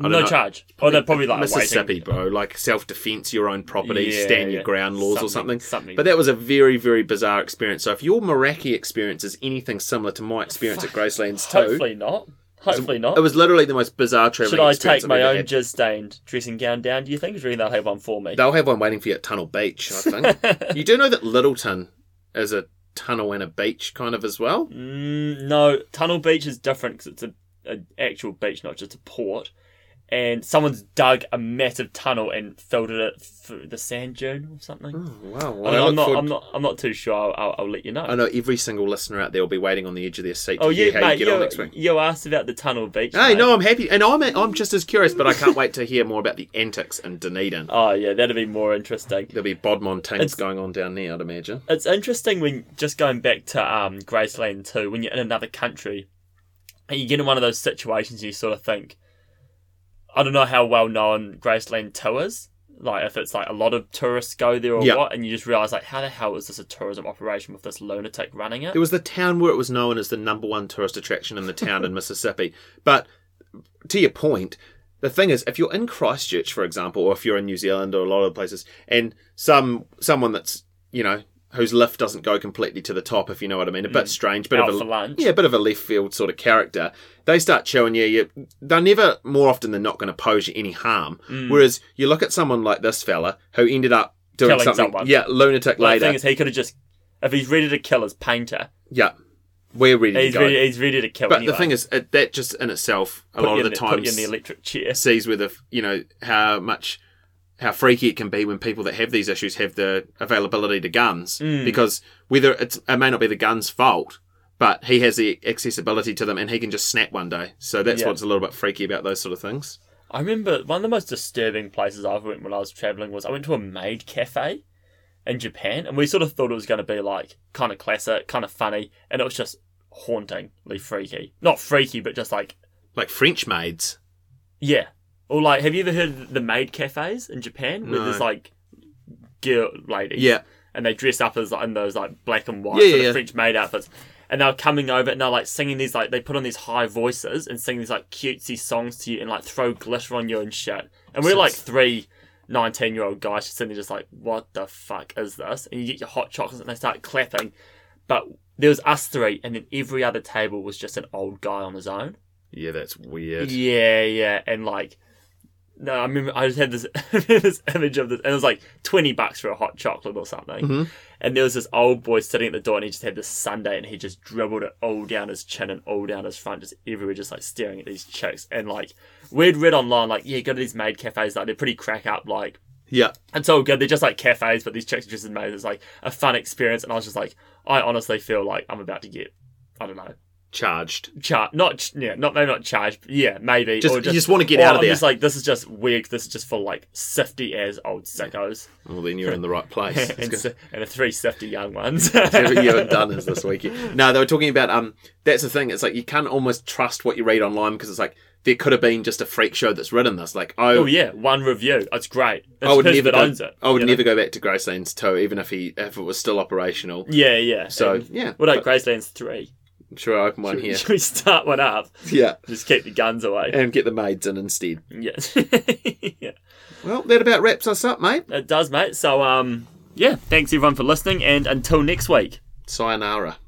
S1: I don't
S3: No
S1: know.
S3: charge. Or they're probably like
S1: Mississippi,
S3: waiting.
S1: bro. Like self defense, your own property,
S3: Yeah,
S1: stand your
S3: yeah.
S1: ground laws or something.
S3: Something- something.
S1: But that was a very, very bizarre experience. So if your Meraki experience is anything similar to my experience at Gracelands too,
S3: Hopefully not. Hopefully not.
S1: it was literally the most bizarre traveling.
S3: Should I
S1: experience
S3: take
S1: I've
S3: my
S1: ever
S3: own
S1: had.
S3: jizz stained dressing gown down? Do you think? Do you reckon they'll have one for me?
S1: They'll have one waiting for you at Tunnel Beach. I think you do know that Littleton is a tunnel and a beach kind of as well.
S3: Mm, no, Tunnel Beach is different because it's a an actual beach, not just a port. And someone's dug a massive tunnel and filtered it through the sand dune or something.
S1: Oh, Wow,
S3: I
S1: well, Mm. I look
S3: don't know, I'm, not,
S1: forward-
S3: I'm not. I'm not too sure. I'll, I'll, I'll let you know.
S1: I know every single listener out there will be waiting on the edge of their seat to
S3: Oh,
S1: hear
S3: you,
S1: how
S3: mate,
S1: you get on next
S3: you,
S1: week.
S3: you asked about the Tunnel Beach.
S1: Hey,
S3: mate.
S1: no, I'm happy, and I'm I'm just as curious, but I can't wait to hear more about the antics in Dunedin.
S3: Oh, yeah, that'd be more interesting.
S1: There'll be Bodmon tanks
S3: It's-
S1: going on down there, I'd imagine.
S3: It's interesting when just going back to um, Graceland too, when you're in another country and you get in one of those situations, you sort of think, I don't know how well known Graceland two is. Like if it's like a lot of tourists go there or
S1: Yeah.
S3: what, and you just realise like, how the hell is this a tourism operation with this lunatic running it?
S1: It was the town where it was known as the number one tourist attraction in the town in Mississippi. But to your point, the thing is, if you're in Christchurch, for example, or if you're in New Zealand or a lot of places, and some someone that's you know whose lift doesn't go completely to the top, if you know what I mean, a bit strange, bit
S3: Mm. Out
S1: of a
S3: for lunch.
S1: yeah, a bit of a left field sort of character. They start chewing you. you they're never more often than not going to pose you any harm.
S3: Mm.
S1: Whereas you look at someone like this fella who ended up doing
S3: Killing
S1: something,
S3: someone.
S1: yeah, lunatic
S3: Like,
S1: later,
S3: the thing is, he could have just, if he's ready to kill his painter,
S1: yeah. We're ready to
S3: he's
S1: go.
S3: ready, he's ready to kill.
S1: But
S3: anyway.
S1: the thing is, it, that just in itself, a
S3: put
S1: lot
S3: you
S1: of the
S3: in put you in
S1: times
S3: the electric chair.
S1: sees whether you know how much how freaky it can be when people that have these issues have the availability to guns,
S3: Hmm.
S1: because whether it's, it may not be the gun's fault, but he has the accessibility to them and he can just snap one day. So that's
S3: Yeah.
S1: what's a little bit freaky about those sort of things.
S3: I remember one of the most disturbing places I've went when I was traveling was I went to a maid cafe in Japan, and we sort of thought it was going to be like kind of classic, kind of funny, and it was just hauntingly freaky. Not freaky, but just like
S1: Like French maids,
S3: yeah. Or like, have you ever heard of the maid cafes in Japan where
S1: No.
S3: there's like girl ladies,
S1: yeah,
S3: and they dress up as like, in those like black and white
S1: Yeah,
S3: sort
S1: yeah,
S3: of
S1: yeah.
S3: French maid outfits. And they're coming over and they're like singing these like they put on these high voices and sing these like cutesy songs to you and like throw glitter on you and shit. And we're like three 19 year old guys just sitting there just like, what the fuck is this? And you get your hot chocolates and they start clapping. But there was us three and then every other table was just an old guy on his own.
S1: yeah, that's weird.
S3: Yeah, yeah, and like, no, I remember I just had this this image of this, and it was like twenty bucks for a hot chocolate or something. And there was this old boy sitting at the door, and he just had this Sunday, and he just dribbled it all down his chin and all down his front, just everywhere, just like staring at these chicks. And like, we'd read online, like, yeah, go to these maid cafes, like they're pretty crack up, like
S1: Yeah.
S3: And so good. They're just like cafes, but these chicks are just amazing. It's like a fun experience. And I was just like, I honestly feel like I'm about to get, I don't know,
S1: Charged.
S3: char- not ch- yeah, not maybe not charged. But yeah, maybe.
S1: Just-
S3: or
S1: you just wanna get
S3: or
S1: out of
S3: I'm
S1: there.
S3: Just like this is just weird. This is just for like sifty as old sickos
S1: Well, then you're in the right place. It's
S3: and,
S1: good.
S3: si- and the three sifty young ones.
S1: Every year at Dunners this weekend. No, they were talking about um. That's the thing. It's like you can't almost trust what you read online because it's like there could have been just a freak show that's written this. Like oh,
S3: oh yeah, one review. It's great. It's
S1: I would
S3: who
S1: never
S3: that
S1: go,
S3: owns it.
S1: I would
S3: you know?
S1: never go back to Graceland's too, even if he if it was still operational.
S3: Yeah, yeah.
S1: So
S3: And
S1: yeah,
S3: what about
S1: but
S3: Graceland's three?
S1: I'm sure I open one here.
S3: Should we start one up?
S1: Yeah,
S3: Just keep the guns away.
S1: and get the maids in instead.
S3: Yeah. yeah.
S1: Well, that about wraps us up, mate.
S3: It does, mate. So, um, yeah, thanks everyone for listening, and until next week.
S1: Sayonara.